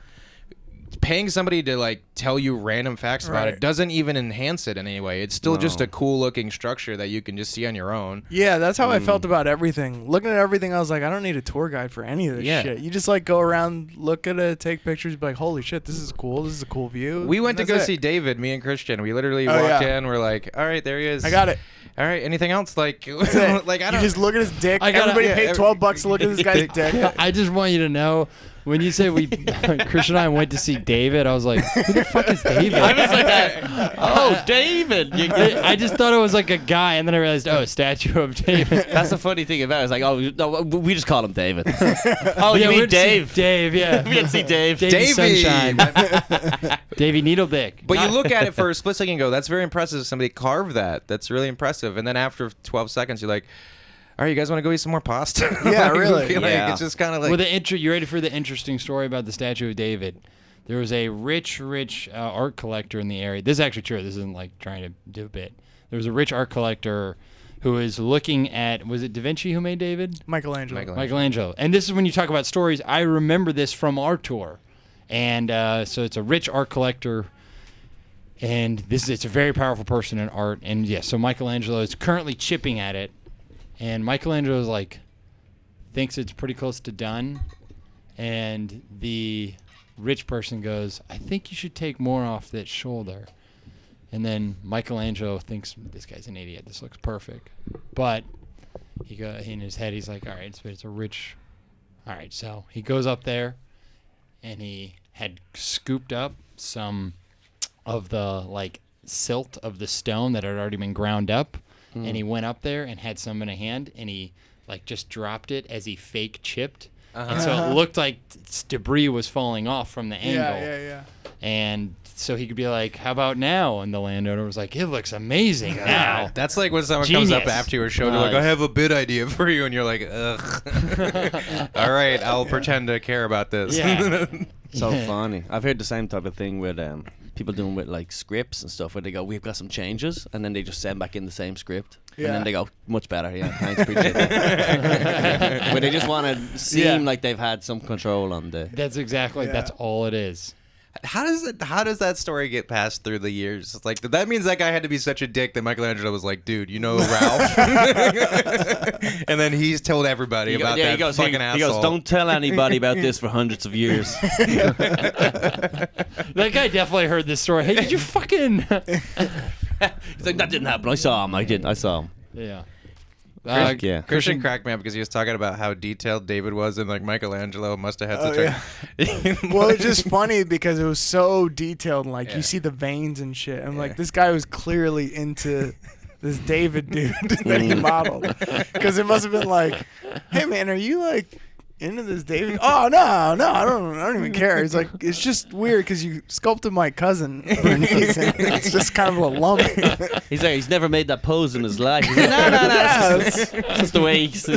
Speaker 1: Paying somebody to like tell you random facts about it
Speaker 3: Right.
Speaker 1: doesn't even enhance it in any way. It's still just
Speaker 4: No.
Speaker 1: a cool looking structure that you can just see on your own.
Speaker 3: Yeah, that's how I
Speaker 1: Mm.
Speaker 3: felt about everything. Looking at everything, I was like, I don't need a tour guide for any of this
Speaker 1: Yeah.
Speaker 3: shit. You just like go around, look at it, take pictures, be like, holy shit, this is cool. This is a cool view.
Speaker 1: We went to
Speaker 3: and
Speaker 1: go
Speaker 3: that's
Speaker 1: see
Speaker 3: it.
Speaker 1: David, me and Christian. We literally
Speaker 3: Oh,
Speaker 1: walked
Speaker 3: yeah.
Speaker 1: in. We're like, all right, there he is.
Speaker 3: I got it.
Speaker 1: All right, anything else? Like,
Speaker 3: That's it.
Speaker 1: like I
Speaker 3: You
Speaker 1: don't.
Speaker 3: just look at his dick.
Speaker 2: I gotta-
Speaker 3: Everybody
Speaker 1: yeah,
Speaker 3: paid
Speaker 1: every-
Speaker 3: twelve bucks to look at this guy's dick.
Speaker 2: I just want you to know when you say we Christian and I went to see David, I was like, who the fuck is David?
Speaker 4: I was like, that, "Oh, David." You,
Speaker 2: I, I just thought it was like a guy, and then I realized, oh, statue of David.
Speaker 4: That's the funny thing about it. It's like, oh, no, we just call him David. oh,
Speaker 2: yeah,
Speaker 4: you
Speaker 2: we
Speaker 4: mean
Speaker 2: went to see
Speaker 4: Dave?
Speaker 2: Dave, yeah.
Speaker 4: We didn't see Dave.
Speaker 2: Davey
Speaker 1: Davey.
Speaker 2: Sunshine. Davey Needledick.
Speaker 1: But you look at it for a split second and go, that's very impressive. Somebody carved that. That's really impressive. And then after 12 seconds, you're like, all right, you guys want to go eat some more pasta?
Speaker 3: Yeah,
Speaker 1: Like, you
Speaker 3: really.
Speaker 1: feel like
Speaker 4: Yeah.
Speaker 1: It's just kind of like,
Speaker 2: Well, the intro. You ready for the interesting story about the statue of David? There was a rich, rich uh, art collector in the area. This is actually true. This isn't like trying to do a bit. There was a rich art collector who was looking at. Was it Da Vinci who made David?
Speaker 3: Michelangelo.
Speaker 1: Michelangelo.
Speaker 2: Michelangelo. And this is when you talk about stories. I remember this from our tour, and uh, so it's a rich art collector, and this is it's a very powerful person in art. And yeah, so Michelangelo is currently chipping at it, and Michelangelo is like thinks it's pretty close to done, and the rich person goes, "I think you should take more off that shoulder." And then Michelangelo thinks this guy's an idiot. This looks perfect, but he go in his head. He's like, all right, it's, it's a rich. All right, so he goes up there, and he had scooped up some of the like silt of the stone that had already been ground up,
Speaker 3: Hmm.
Speaker 2: and he went up there and had some in a hand, and he like just dropped it as he fake chipped, and so it looked like s- debris was falling off from the angle.
Speaker 3: Uh-huh. Yeah, yeah, yeah.
Speaker 2: And so he could be like, "How about now?" And the landowner was like, "It looks amazing now."
Speaker 1: That's like when someone comes up
Speaker 2: Genius.
Speaker 1: after your show, they're like,
Speaker 4: Nice.
Speaker 1: I have a bid idea for you. And you're like, ugh. all right, I'll pretend to care about this.
Speaker 2: Yeah.
Speaker 4: So funny. I've heard the same type of thing with um, people doing with like scripts and stuff, where they go, "We've got some changes," and then they just send back in the same script, and
Speaker 3: Yeah.
Speaker 4: then they go, "Much better." Yeah, thanks, appreciate that. Where they just want to seem
Speaker 3: Yeah.
Speaker 4: like they've had some control on the.
Speaker 2: That's exactly.
Speaker 3: Yeah.
Speaker 2: That's all it is.
Speaker 1: how does that, how does that story get passed through the years? Like that means that guy had to be such a dick that Michelangelo was like, dude, you know Ralph, and then he's told everybody
Speaker 4: He go-
Speaker 1: about
Speaker 4: yeah,
Speaker 1: that
Speaker 4: he goes,
Speaker 1: fucking
Speaker 4: he, he
Speaker 1: asshole.
Speaker 4: goes, "Don't tell anybody about this for hundreds of years."
Speaker 2: That guy definitely heard this story. Hey, did you fucking?
Speaker 4: He's like, "That didn't happen. I saw him. I didn't. I saw him."
Speaker 2: yeah. Uh,
Speaker 4: Like, yeah.
Speaker 1: Christian cracked me up because he was talking about how detailed David was, and like Michelangelo must have had
Speaker 3: Oh,
Speaker 1: such a.
Speaker 3: Well, it's just funny because it was so detailed. and, Like
Speaker 1: Yeah.
Speaker 3: you see the veins and shit. I'm like, this guy was clearly into this David dude that he modeled, because it must have been like, hey man, are you like into this David? Oh no, no, I don't, I don't even care. It's like it's just weird because you sculpted my cousin. Bernice, and it's just kind of a lump.
Speaker 4: He's like, he's never made that pose in his life. He's like, no, no, no. That's just, that's just the way he's.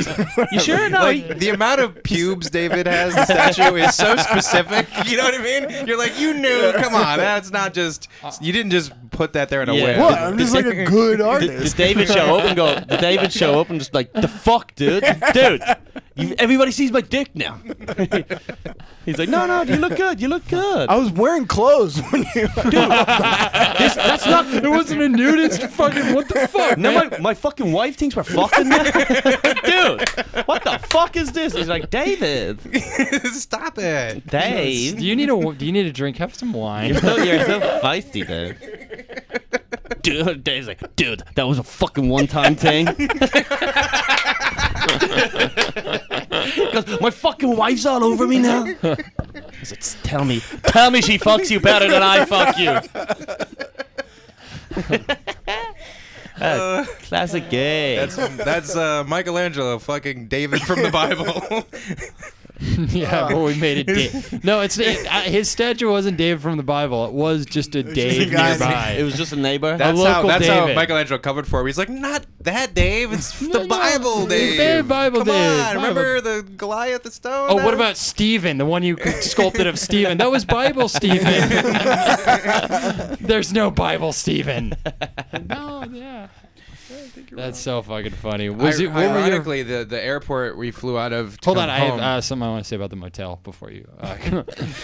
Speaker 4: You sure? No.
Speaker 1: Like the amount of pubes David has, the statue is so specific. You know what I mean? You're like, you knew. Come on, that's not just. You didn't just put that there in a
Speaker 4: Yeah.
Speaker 1: way.
Speaker 3: what? I'm just like a good
Speaker 4: Did, did
Speaker 3: artist.
Speaker 4: David show up and go? Did David show up and just like the fuck, dude, dude? you everybody sees my dick now. He's like, no, no, you look good. You look good.
Speaker 3: I was wearing clothes when you.
Speaker 4: This- that's not. It wasn't a nudist. Fucking what the fuck? No, my, my fucking wife thinks we're fucking. now. Dude, what the fuck is this? He's like, David,
Speaker 1: Stop it.
Speaker 4: Dave.
Speaker 2: Do you need a Do you need a drink? Have some wine.
Speaker 4: You're so, you're so feisty, dude. Dude, Dave's like, dude, that was a fucking one-time thing. Because my fucking wife's all over me now. He's like, tell me, tell me she fucks you better than I fuck you. Uh, classic gay.
Speaker 1: That's that's uh, Michelangelo fucking David from the Bible.
Speaker 2: yeah, well, we made it. Da- no, it's it, uh, his statue wasn't Dave from the Bible. It was just a
Speaker 3: a
Speaker 2: Dave
Speaker 3: guy.
Speaker 2: nearby.
Speaker 4: it was just a neighbor.
Speaker 1: That's how
Speaker 2: local
Speaker 1: that's how
Speaker 2: David.
Speaker 1: Michelangelo covered for him. He's like, not that Dave. It's the
Speaker 2: no,
Speaker 1: Bible,
Speaker 2: it's
Speaker 1: Dave.
Speaker 2: the Bible,
Speaker 1: Come
Speaker 2: Dave.
Speaker 1: on, remember the Goliath, the stone.
Speaker 2: Oh,
Speaker 1: That
Speaker 2: what
Speaker 1: was-
Speaker 2: about Stephen, the one you sculpted of Stephen? That was Bible Stephen. There's no Bible Stephen. No, yeah. That's so fucking funny. Was
Speaker 1: I-
Speaker 2: it? What were your
Speaker 1: ironically, the, the airport we flew out of. to
Speaker 2: Hold
Speaker 1: come
Speaker 2: on, I have
Speaker 1: home-
Speaker 2: uh, something I want to say about the motel before you. Uh,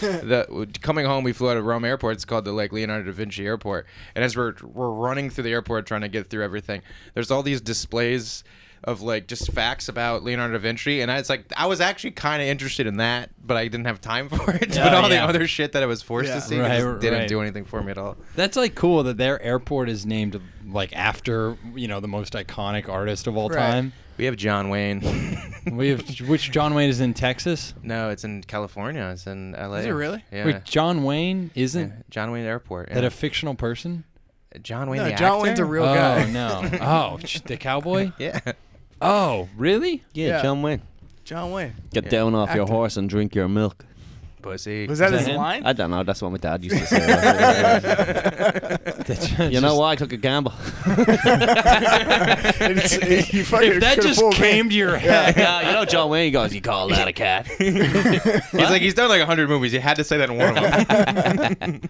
Speaker 1: the coming home we flew out of Rome airport it's called the like Leonardo da Vinci airport and as we're we're running through the airport trying to get through everything there's all these displays of like just facts about Leonardo da Vinci and I was like I was actually kind of interested in that but I didn't have time for it but
Speaker 2: Oh,
Speaker 1: all
Speaker 2: yeah.
Speaker 1: the other shit that I was forced
Speaker 3: Yeah.
Speaker 1: to see
Speaker 2: Right,
Speaker 1: just didn't
Speaker 2: right.
Speaker 1: do anything for me at all
Speaker 2: That's like cool that their airport is named like after you know the most iconic artist of all
Speaker 3: Right.
Speaker 2: time.
Speaker 1: we have John Wayne
Speaker 2: We have which John Wayne is in Texas.
Speaker 1: no it's in California it's in LA
Speaker 3: Is it really?
Speaker 1: yeah
Speaker 2: Wait, John Wayne isn't
Speaker 1: John Wayne airport yeah.
Speaker 2: that a fictional person?
Speaker 1: John Wayne
Speaker 3: No,
Speaker 1: the
Speaker 3: John
Speaker 1: actor?
Speaker 3: Wayne's a real
Speaker 2: oh
Speaker 3: guy.
Speaker 2: no! Oh, sh- the cowboy.
Speaker 1: yeah
Speaker 2: Oh, really?
Speaker 4: yeah,
Speaker 3: yeah.
Speaker 4: John Wayne.
Speaker 3: John Wayne.
Speaker 4: Get down off your
Speaker 3: Actor.
Speaker 4: horse and drink your milk.
Speaker 1: pussy
Speaker 3: Was that,
Speaker 2: that
Speaker 3: his
Speaker 2: him?
Speaker 3: line?
Speaker 4: I don't know. That's what my dad used to say.
Speaker 2: That's
Speaker 4: you
Speaker 2: just-
Speaker 4: know what? I took a gamble.
Speaker 3: It's- it- you fucking
Speaker 2: If that
Speaker 3: could've
Speaker 2: just
Speaker 3: fooled me.
Speaker 2: came to your head.
Speaker 4: Yeah, you know John Wayne goes, you call that a cat?
Speaker 1: He's like, he's done like 100 movies. He had to say that in one of them.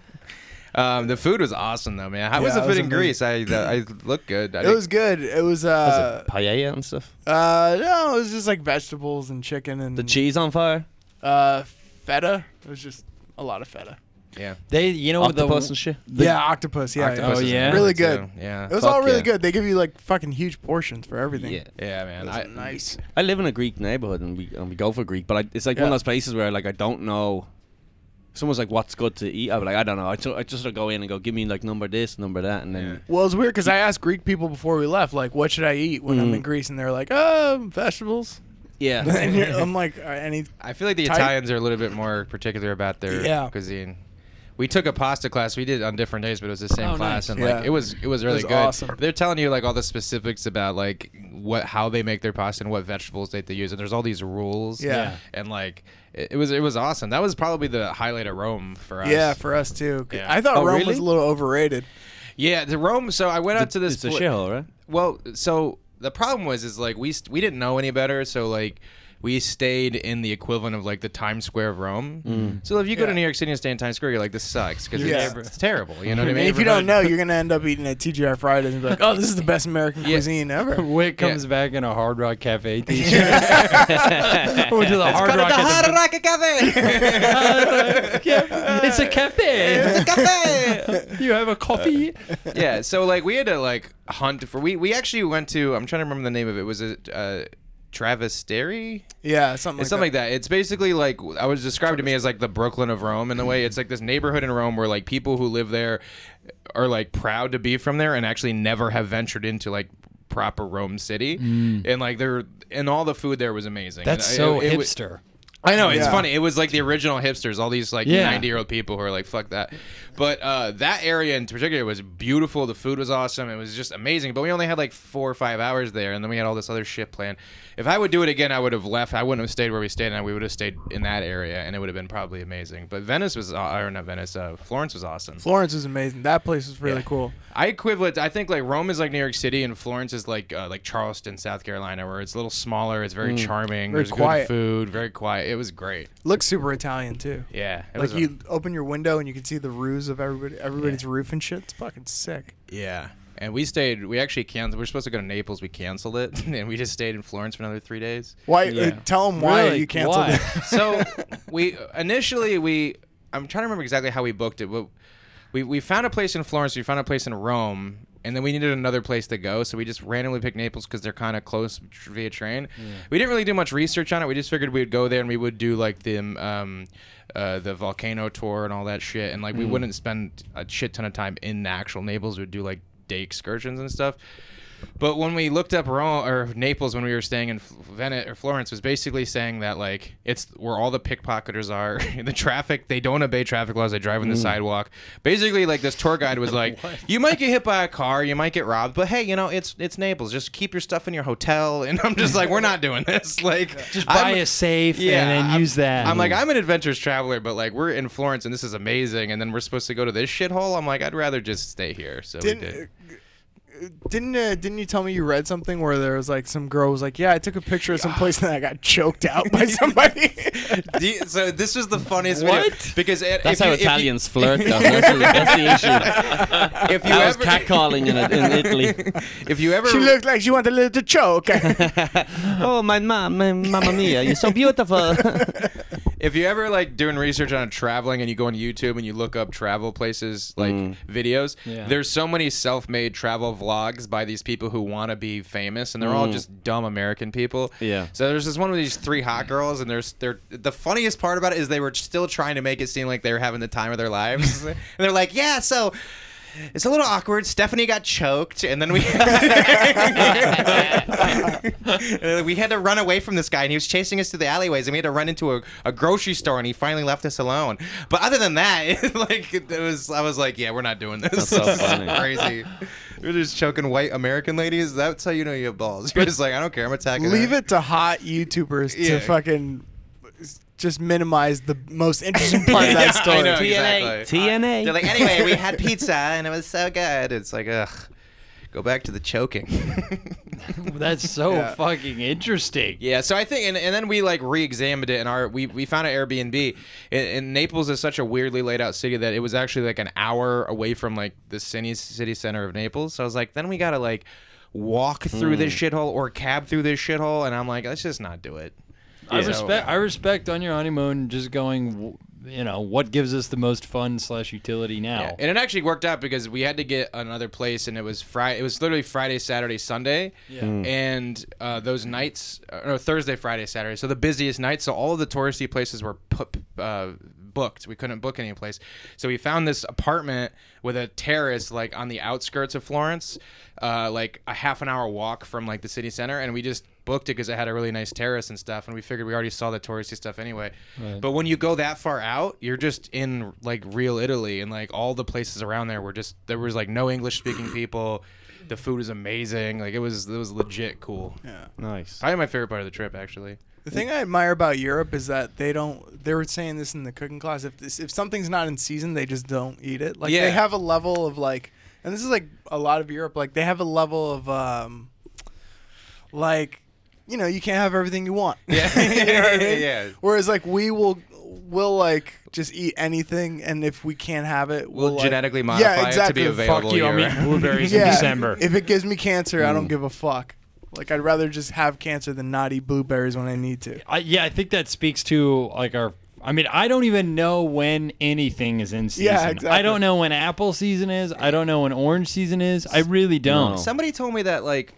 Speaker 1: um, the food was awesome, though, man. How was the
Speaker 3: Yeah, it
Speaker 1: food
Speaker 3: was
Speaker 1: in Greece? I the, I looked good. I
Speaker 3: It
Speaker 1: didn't-
Speaker 3: was good. It was uh,
Speaker 4: Paella and stuff.
Speaker 3: uh, no, it was just like vegetables and chicken and
Speaker 4: The cheese on fire.
Speaker 3: uh, feta. It was just a lot of feta.
Speaker 1: Yeah.
Speaker 2: They, you know,
Speaker 4: Octopus
Speaker 2: the
Speaker 4: and shit.
Speaker 3: yeah, octopus. Yeah,
Speaker 1: Octopus
Speaker 2: Oh,
Speaker 1: is
Speaker 2: yeah?
Speaker 1: really
Speaker 3: Really
Speaker 1: good,
Speaker 3: good.
Speaker 1: too. Yeah.
Speaker 3: It was
Speaker 4: Fuck
Speaker 3: all really
Speaker 4: yeah.
Speaker 3: good. They give you like fucking huge portions for everything.
Speaker 4: Yeah.
Speaker 1: Yeah, man.
Speaker 3: It
Speaker 1: I,
Speaker 3: was nice.
Speaker 4: I live in a Greek neighborhood and we and we go for Greek, but I, it's like one
Speaker 3: Yeah.
Speaker 4: of those places where like I don't know. Someone's like, "What's good to eat?" I'm like, "I don't know." I, ju- I just sort of go in and go, "Give me like number this, number that," and then
Speaker 3: Well, it's weird because I asked Greek people before we left, like, what should I eat when I'm
Speaker 4: Mm.
Speaker 3: in Greece? And they're like, um, vegetables.
Speaker 4: yeah,
Speaker 3: And you're, I'm like, "Uh, any.
Speaker 1: I feel like the
Speaker 3: Tight.
Speaker 1: Italians are a little bit more particular about their
Speaker 3: Yeah.
Speaker 1: cuisine. We took a pasta class. We did it on different days, but it was the same
Speaker 2: Oh,
Speaker 1: class,
Speaker 2: nice.
Speaker 1: and
Speaker 3: Yeah.
Speaker 1: like it was, it was really
Speaker 3: was
Speaker 1: good.
Speaker 3: awesome.
Speaker 1: They're telling you like all the specifics about like what how they make their pasta and what vegetables they, they use, and there's all these rules.
Speaker 3: Yeah.
Speaker 1: and like it, it was it was awesome. That was probably the highlight of Rome for us.
Speaker 3: Yeah, for us too. 'Cause
Speaker 1: Yeah.
Speaker 3: I thought
Speaker 4: Oh,
Speaker 3: Rome
Speaker 4: really?
Speaker 3: was a little overrated.
Speaker 1: Yeah, the Rome. So I went out to this.
Speaker 4: it's a
Speaker 1: pla-
Speaker 4: shithole, right?
Speaker 1: Well, so the problem was is like we st- we didn't know any better, so like we stayed in the equivalent of like the Times Square of Rome. So if you go to
Speaker 3: Yeah.
Speaker 1: New York City and stay in Times Square, you're like, this sucks because
Speaker 3: Yeah.
Speaker 1: it's, it's terrible. You know what I
Speaker 3: And
Speaker 1: mean?
Speaker 3: if you don't
Speaker 1: Everybody-
Speaker 3: know, you're gonna end up eating at TGI Fridays and be like, "Oh, this is the best American
Speaker 1: Yeah.
Speaker 3: cuisine ever."
Speaker 2: Wick comes back in a Hard Rock Cafe t-shirt. Went to the Hard Rock. at the
Speaker 1: Hard Rock Cafe.
Speaker 2: it's a cafe.
Speaker 1: Cafe.
Speaker 2: you have a coffee.
Speaker 1: yeah, so like we had to like hunt for we we actually went to I'm trying to remember the name of it was it uh, Travis Derry?
Speaker 3: Yeah, something.
Speaker 1: It's
Speaker 3: like
Speaker 1: something like that. It's basically like I was described to me as like the Brooklyn of Rome in a way. It's like this neighborhood in Rome where like people who live there are like proud to be from there and actually never have ventured into like proper Rome city. And like they're and all the food there was amazing.
Speaker 2: Mm. That's
Speaker 1: And uh,
Speaker 2: so
Speaker 1: it- it wa-
Speaker 2: hipster.
Speaker 1: I know it's
Speaker 3: Yeah.
Speaker 1: funny. It was like the original hipsters, all these like
Speaker 2: Yeah.
Speaker 1: ninety year old people who are like, "Fuck that." But uh, that area in particular was beautiful. The food was awesome. It was just amazing. But we only had like four or five hours there, and then we had all this other shit planned. If I would do it again, I would have left. I wouldn't have stayed where we stayed, and we would have stayed in that area, and it would have been probably amazing. But Venice was, uh, or not Venice, uh, Florence was awesome.
Speaker 3: Florence was amazing. That place was really
Speaker 1: Yeah.
Speaker 3: cool.
Speaker 1: I equivalent. I think like Rome is like New York City, and Florence is like uh, like Charleston, South Carolina, where it's a little smaller. It's very charming.
Speaker 3: Mm. Very
Speaker 1: There's
Speaker 3: quiet.
Speaker 1: good food. Very quiet. It was great.
Speaker 3: Looks super Italian too.
Speaker 1: Yeah, it
Speaker 3: Like
Speaker 1: was a-
Speaker 3: you open your window and you can see the roofs of everybody, everybody's roof and shit. It's fucking sick.
Speaker 1: Yeah. And we stayed. We actually canceled. We were supposed to go to Naples. We canceled it, and we just stayed in Florence for another three days.
Speaker 3: Why?
Speaker 2: Yeah.
Speaker 3: Uh, tell them why
Speaker 2: Really?
Speaker 3: you canceled
Speaker 2: Why?
Speaker 3: it.
Speaker 1: So we initially we I'm trying to remember exactly how we booked it, but we we found a place in Florence. We found a place in Rome. And then we needed another place to go, so we just randomly picked Naples because they're kind of close tr- via train. We didn't really do much research on it. We just figured we would go there and we would do like the um, uh, the volcano tour and all that shit, and like we wouldn't spend a shit ton of time in the actual Naples. We'd do like day excursions and stuff. But when we looked up Rome or Naples when we were staying in Venice or Florence was basically saying that like it's where all the pickpocketers are. the traffic they don't obey traffic laws. They drive
Speaker 2: Mm.
Speaker 1: on the sidewalk. Basically, like this tour guide was like, you might get hit by a car, you might get robbed, but hey, you know it's it's Naples. Just keep your stuff in your hotel. And I'm just like, we're not doing this. Like
Speaker 2: Just
Speaker 1: I'm-
Speaker 2: buy a safe and then
Speaker 1: I'm-
Speaker 2: use that.
Speaker 1: I'm like, I'm an adventurous traveler, but like we're in Florence and this is amazing, and then we're supposed to go to this shithole. I'm like, I'd rather just stay here. So we did.
Speaker 3: Didn't uh, didn't uh, didn't you tell me you read something where there was like some girl was like, yeah, I took a picture of some place and I got choked out by somebody.
Speaker 1: Do you- so this was the funniest
Speaker 2: What?
Speaker 1: video because it,
Speaker 4: That's
Speaker 1: if
Speaker 4: how
Speaker 1: you- if you-
Speaker 4: Italians flirt, though. That's the, that's the issue.
Speaker 1: If you,
Speaker 4: That was
Speaker 1: ever,
Speaker 4: catcalling in, in Italy.
Speaker 1: if you ever,
Speaker 3: she looked like she wanted a little choke.
Speaker 4: oh, my mom, my mamma mia, you're so beautiful.
Speaker 1: if you ever like doing research on traveling and you go on YouTube and you look up travel places like videos,
Speaker 2: Yeah.
Speaker 1: there's so many self-made travel vlogs by these people who want to be famous, and they're all just dumb American people.
Speaker 4: Yeah.
Speaker 1: So there's this one with these three hot girls, and there's they're the funniest part about it is they were still trying to make it seem like they were having the time of their lives, and they're like, yeah, so. It's a little awkward. Stephanie got choked, and then we Uh, we had to run away from this guy, and he was chasing us through the alleyways, and we had to run into a, a grocery store, and he finally left us alone. But other than that, it, like it was, I was like, yeah, we're not doing this. That's
Speaker 4: so funny.
Speaker 1: crazy. We're just choking white American ladies. That's how you know you have balls. You're just like, I don't care. I'm attacking.
Speaker 3: Leave
Speaker 1: her."
Speaker 3: it to hot YouTubers
Speaker 1: Yeah.
Speaker 3: to fucking just minimize the most interesting part of
Speaker 1: Yeah, I
Speaker 3: that story.
Speaker 1: know,
Speaker 4: TNA.
Speaker 1: exactly.
Speaker 4: TNA.
Speaker 1: They're like, anyway, we had pizza, and it was so good. It's like, ugh. Go back to the choking.
Speaker 2: That's so
Speaker 3: Yeah.
Speaker 2: fucking interesting.
Speaker 1: Yeah, so I think, and, and then we like re-examined it, and our we, we found an Airbnb. And, and Naples is such a weirdly laid out city that it was actually like an hour away from like the city city center of Naples. So I was like, then we gotta like walk through this shithole or cab through this shithole, and I'm like, let's just not do it.
Speaker 2: I
Speaker 1: So-
Speaker 2: respect. I respect on your honeymoon just going. w- You know what gives us the most fun slash utility
Speaker 1: Yeah,
Speaker 2: now.
Speaker 1: and it actually worked out because we had to get another place, and it was Friday. It was literally Friday, Saturday, Sunday, and uh, those nights, or no, Thursday, Friday, Saturday. So the busiest nights. So all of the touristy places were put, uh, booked. We couldn't book any place. So we found this apartment with a terrace, like on the outskirts of Florence, uh, like a half an hour walk from like the city center, and we just booked it because it had a really nice terrace and stuff and we figured we already saw the touristy stuff anyway but when you go that far out you're just in like real italy and like all the places around there were just there was like no english speaking people the food is amazing like it was it was legit cool
Speaker 4: nice.
Speaker 1: probably my favorite part of the trip actually
Speaker 3: The thing I admire about Europe is that they don't. They were saying this in the cooking class. If this, if something's not in season, they just don't eat it. Like
Speaker 1: Yeah.
Speaker 3: they have a level of like, and this is like a lot of Europe. Like they have a level of um, like, you know, you can't have everything you want.
Speaker 1: Yeah.
Speaker 3: You know what I mean?
Speaker 1: Yeah.
Speaker 3: Whereas like we will will like just eat anything, and if we can't have it,
Speaker 1: we'll,
Speaker 3: we'll, like-
Speaker 1: genetically
Speaker 3: Yeah,
Speaker 1: modify
Speaker 3: exactly.
Speaker 1: it to be available Mm. here.
Speaker 2: blueberries
Speaker 3: yeah. If it gives me cancer, I don't give a fuck. Like I'd rather just have cancer than not eat blueberries when I need to.
Speaker 2: I, yeah, I think that speaks to like our. I mean, I don't even know when anything is in season.
Speaker 3: Yeah, exactly.
Speaker 2: I don't know when apple season is. I don't know when orange season is. I really don't.
Speaker 4: No.
Speaker 1: Somebody told me that like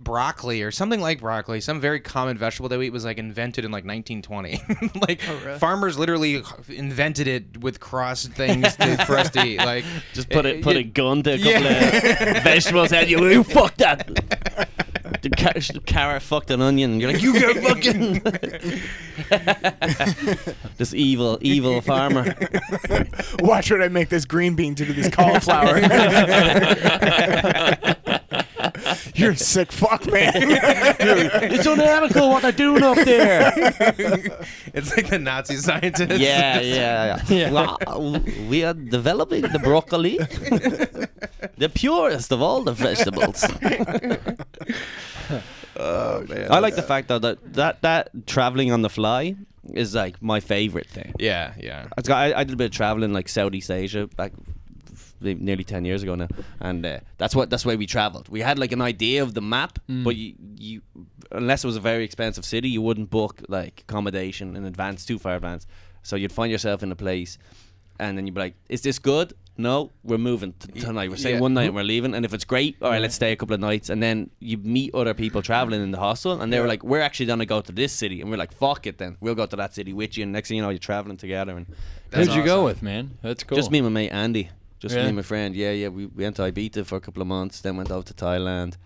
Speaker 1: broccoli or something like broccoli, some very common vegetable that we eat was like invented in like 1920. like
Speaker 4: Oh,
Speaker 3: really?
Speaker 1: farmers literally invented it with cross things to, for us to eat. Like
Speaker 4: Just put it, put a gun to a couple
Speaker 1: Eh, Yeah.
Speaker 4: of vegetables at you. You fuck that. The ca- sh- carrot fucked an onion. You're like, you go fucking. this evil, evil farmer.
Speaker 3: Watch what I make this green bean do to this cauliflower. You're a sick fuck, man.
Speaker 4: it's unethical what they're doing up there.
Speaker 1: it's like the Nazi scientists.
Speaker 4: Yeah, yeah, yeah. Well, we are developing the broccoli, the purest of all the vegetables.
Speaker 1: Oh, man.
Speaker 4: I like the fact though that that that traveling on the fly is like my favorite thing.
Speaker 1: Yeah, yeah.
Speaker 4: I, got, I, I did a bit of traveling like Southeast Asia back f- eh, nearly ten years ago now, and uh, that's what that's why we travelled. We had like an idea of the map, but you, you unless it was a very expensive city, you wouldn't book like accommodation in advance, too far advance. So you'd find yourself in a place, and then you'd be like, "Is this good? No, we're moving t- tonight. We're staying
Speaker 1: yeah.
Speaker 4: one night
Speaker 2: Mm-hmm.
Speaker 4: and we're leaving. And if it's great, all right, let's stay a couple of nights." And then you meet other people traveling in the hostel, and they were like, "We're actually gonna go to this city," and we're like, "Fuck it, then we'll go to that city with you." And next thing you know, you're traveling together, and
Speaker 2: Who'd you
Speaker 1: awesome.
Speaker 2: go with, man? That's cool.
Speaker 4: just me and my mate Andy. Just me
Speaker 2: Yeah.
Speaker 4: and my friend. Yeah, yeah. We we went to Ibiza for a couple of months, then went over to Thailand,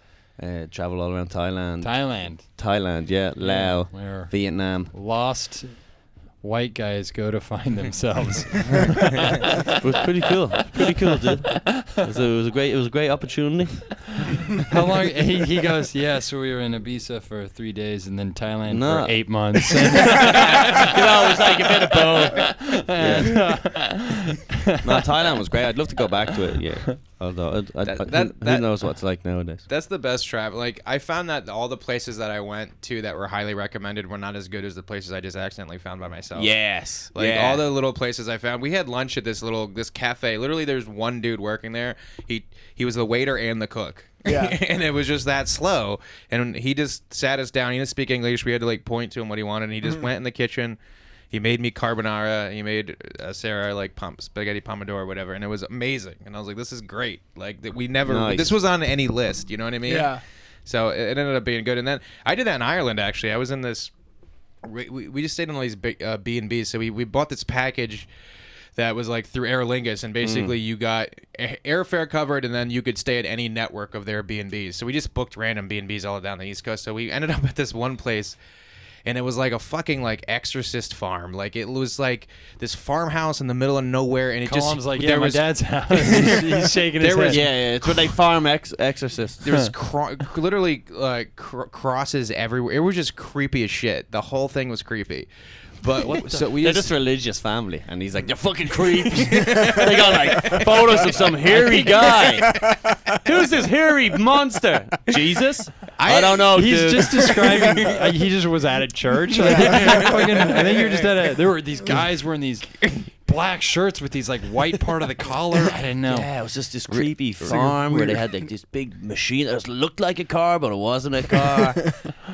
Speaker 4: uh, traveled all around Thailand.
Speaker 2: Thailand.
Speaker 4: Thailand, yeah. Laos,
Speaker 2: Where
Speaker 4: Vietnam.
Speaker 2: lost white guys go to find themselves.
Speaker 4: It was pretty cool. Pretty cool, dude. It was, a, it was a great it was a great opportunity.
Speaker 2: How long? He, he goes, yeah. So we were in Ibiza for three days, and then Thailand
Speaker 4: No.
Speaker 2: for eight months.
Speaker 4: you know, it was like a bit of both. no, Thailand was great. I'd love to go back to it. Yeah, although I, I,
Speaker 1: That-
Speaker 4: who-
Speaker 1: that- that-
Speaker 4: who knows what it's like nowadays.
Speaker 1: That's the best travel. Like I found that all the places that I went to that were highly recommended were not as good as the places I just accidentally found by myself.
Speaker 4: Yes,
Speaker 1: Like
Speaker 4: yeah.
Speaker 1: all the little places I found. We had lunch at this little this cafe. Literally there's one dude working there. He he was the waiter and the cook.
Speaker 3: Yeah.
Speaker 1: and it was just that slow. And he just sat us down. He didn't speak English. We had to like point to him what he wanted and he just went in the kitchen. He made me carbonara. He made uh, Sarah like pump spaghetti pomodoro or whatever, and it was amazing. And I was like, "This is great!" Like that we never.
Speaker 4: Nice.
Speaker 1: This was on any list. You know what I mean?
Speaker 3: Yeah.
Speaker 1: So it it ended up being good. And then I did that in Ireland actually. I was in this we, we we just stayed in all these big uh, B and B's. So we, we bought this package that was like through Aer Lingus, and basically you got a- airfare covered, and then you could stay at any network of their B and B's. So we just booked random B and B's all down the East Coast. So we ended up at this one place. And it was like a fucking like exorcist farm. Like it was like this farmhouse in the middle of nowhere, and it
Speaker 2: Colum's
Speaker 1: just
Speaker 2: like,
Speaker 1: there
Speaker 2: yeah, my
Speaker 1: was
Speaker 2: dad's house. he's, he's shaking his
Speaker 1: There was-
Speaker 2: head.
Speaker 4: yeah, yeah. It's where they farm ex- exorcists.
Speaker 1: there was cro- literally like cr- crosses everywhere. It was just creepy as shit. The whole thing was creepy. But so we
Speaker 4: They're
Speaker 1: just
Speaker 4: just religious family, and he's like, "You fucking creeps." they got like photos of some hairy guy. Who's this hairy monster? Jesus? I, don't
Speaker 1: Oh,
Speaker 4: know.
Speaker 2: He's
Speaker 4: dude.
Speaker 2: just describing. uh, he just was at a church. I think, you're fucking- I think you're just at a. There were these guys wearing these black shirts with these like white part of the collar. I didn't know.
Speaker 4: Yeah, it was just this creepy farm where they had like this big machine that looked like a car, but it wasn't a car.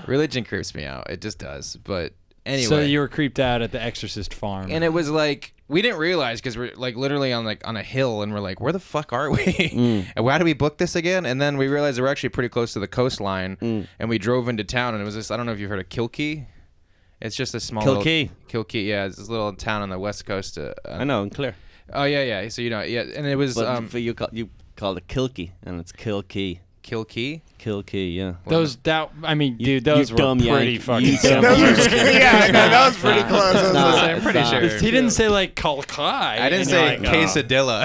Speaker 1: Religion creeps me out. It just does. But anyway,
Speaker 2: So you were creeped out at the Exorcist farm.
Speaker 1: and it was like we didn't realize because we're like literally on like on a hill, and we're like, where the fuck are we?
Speaker 4: Mm.
Speaker 1: and why did we book this again? And then we realized we're actually pretty close to the coastline,
Speaker 4: Mm.
Speaker 1: and we drove into town, and it was this. I don't know if you've heard of Kilkee. It's just a small little-
Speaker 4: Kilkee.
Speaker 1: Kilkee, yeah, it's this little town on the west coast. Uh,
Speaker 4: I know, and clear.
Speaker 1: Oh yeah, yeah. So you know, yeah, and it was
Speaker 4: But
Speaker 1: um,
Speaker 4: for you, call, you called it Kilkey, and it's Kilkey.
Speaker 1: Kilkee.
Speaker 4: Kilkey, yeah.
Speaker 2: those that I mean, dude, those
Speaker 4: you
Speaker 2: were
Speaker 4: dumb
Speaker 2: pretty
Speaker 4: Yankee.
Speaker 2: fucking.
Speaker 4: You dumb
Speaker 2: similar.
Speaker 3: That was,
Speaker 4: Nah.
Speaker 3: yeah, no, that was pretty
Speaker 4: Nah.
Speaker 3: close. I was
Speaker 4: Nah.
Speaker 3: gonna say.
Speaker 1: I'm pretty
Speaker 4: Nah.
Speaker 1: sure.
Speaker 4: It's
Speaker 2: He didn't say like Kalkai.
Speaker 1: I didn't say
Speaker 2: "Oh."
Speaker 1: quesadilla.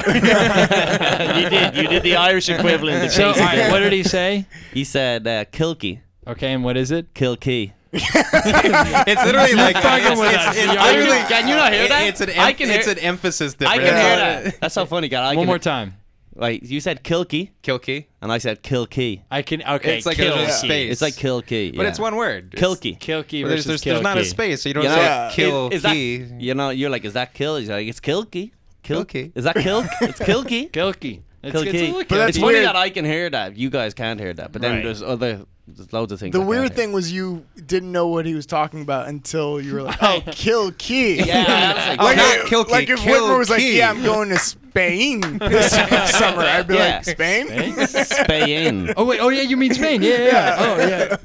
Speaker 4: you did. You did the Irish equivalent. of
Speaker 2: So, all
Speaker 4: Jesus.
Speaker 2: right, what did he say?
Speaker 4: He said uh, Kilkey,
Speaker 2: Okay, and what is it?
Speaker 4: Kilkee.
Speaker 1: it's literally like it's,
Speaker 2: with
Speaker 1: it's,
Speaker 2: us.
Speaker 1: it's
Speaker 2: You're
Speaker 4: I
Speaker 1: literally-
Speaker 4: can, can you not hear
Speaker 1: it-
Speaker 4: that?
Speaker 1: It's an em-
Speaker 4: I can
Speaker 1: it's
Speaker 4: hear,
Speaker 1: an emphasis
Speaker 4: I
Speaker 1: difference.
Speaker 4: can hear that. That's so funny, guy. I
Speaker 2: One
Speaker 4: can,
Speaker 2: more time.
Speaker 4: Like you said, Kilkey,
Speaker 1: Kilkee.
Speaker 4: and I said Kilkee.
Speaker 2: I can. Okay,
Speaker 1: It's like a
Speaker 2: kill
Speaker 1: little
Speaker 2: key.
Speaker 1: space.
Speaker 4: It's like Kilkee,
Speaker 1: But it's one word. It's-
Speaker 4: Kilkee.
Speaker 2: Kill key
Speaker 1: There's,
Speaker 2: versus
Speaker 1: there's,
Speaker 2: kill
Speaker 1: there's not a
Speaker 2: key.
Speaker 1: space, so you don't
Speaker 4: You know,
Speaker 1: say
Speaker 3: Yeah.
Speaker 1: kill
Speaker 4: is, is that,
Speaker 1: key.
Speaker 4: You know, you're like, is that Kill? He's like, it's Kilkey.
Speaker 1: Kilkey.
Speaker 4: Is that Kilk? it's Kilkey.
Speaker 2: Kill key. It's,
Speaker 4: Kill
Speaker 2: it's
Speaker 4: key.
Speaker 2: a little
Speaker 4: But
Speaker 2: kill
Speaker 4: it's
Speaker 2: key.
Speaker 4: funny
Speaker 3: weird.
Speaker 4: that I can hear that. You guys can't hear that. But then
Speaker 2: Right.
Speaker 4: there's other, there's loads of things. I
Speaker 3: The
Speaker 4: can't
Speaker 3: weird
Speaker 4: hear.
Speaker 3: thing was you didn't know what he was talking about until you were like, "Oh, kill key."
Speaker 4: Yeah, I was like,
Speaker 1: Oh,
Speaker 4: yeah.
Speaker 1: not kill key,
Speaker 3: Like if
Speaker 1: kill
Speaker 3: Whitmer was like,
Speaker 1: key.
Speaker 3: "Yeah, I'm going to Spain this summer," I'd be
Speaker 4: Yeah.
Speaker 3: like, "Spain."
Speaker 4: Spain.
Speaker 2: Oh wait. Oh yeah, you mean Spain? Yeah, yeah. yeah. Oh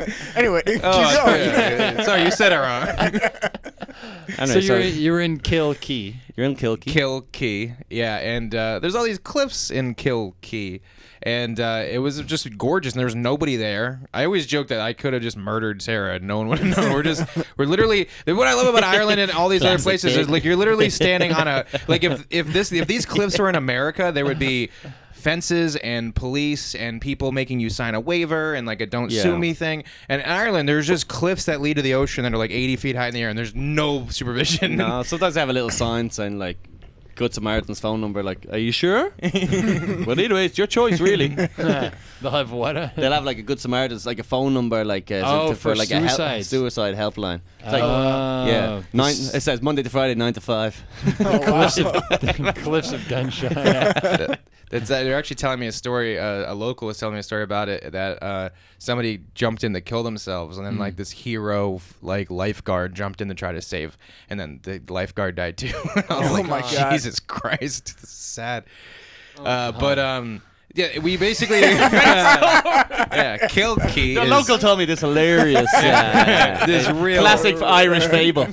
Speaker 2: yeah.
Speaker 3: anyway,
Speaker 1: Oh,
Speaker 3: keep
Speaker 1: sorry.
Speaker 3: going.
Speaker 1: Sorry, you said it wrong.
Speaker 2: So
Speaker 4: Anyway, so
Speaker 2: you're
Speaker 4: you're,
Speaker 2: you're in kill key.
Speaker 4: in Kilkey.
Speaker 1: Kill Key. Yeah, and uh, there's all these cliffs in Kill Key. And uh, it was just gorgeous, and there was nobody there. I always joke that I could have just murdered Sarah, and no one would have known. We're just, we're literally. What I love about Ireland and all these other
Speaker 4: Classic
Speaker 1: places is
Speaker 4: kid.
Speaker 1: like you're literally standing on a like if if this if these cliffs were in America, there would be fences and police and people making you sign a waiver and like a don't
Speaker 4: Yeah.
Speaker 1: sue me thing. And in Ireland, there's just cliffs that lead to the ocean that are like 80 feet high in the air, and there's no supervision.
Speaker 4: No, sometimes I have a little sign saying like, "Good Samaritan's phone number." Like, are you sure? well, anyway, it's your choice, really.
Speaker 2: They'll have what? Uh, A,
Speaker 4: They'll have like a Good Samaritan's, like a phone number, like uh,
Speaker 2: Oh,
Speaker 4: to-
Speaker 2: for
Speaker 4: like a hel-
Speaker 2: suicides.
Speaker 4: suicide helpline. It's like,
Speaker 2: Oh.
Speaker 4: yeah, nine.
Speaker 2: This-
Speaker 4: It says Monday to Friday, nine to five.
Speaker 3: Oh, wow.
Speaker 2: cliffs of, cliffs of gunshot.
Speaker 1: Th- That's, uh, they're actually telling me a story. Uh, a local was telling me a story about it that uh, somebody jumped in to kill themselves, and then like this hero like lifeguard jumped in to try to save, and then the lifeguard died too. I was
Speaker 3: Oh
Speaker 1: like,
Speaker 3: my God.
Speaker 1: Jesus Christ, this is sad. uh, but um, yeah, we basically yeah, kill key.
Speaker 4: The
Speaker 1: is-
Speaker 4: local told me this hilarious. yeah.
Speaker 1: This real-
Speaker 4: classic Irish fable.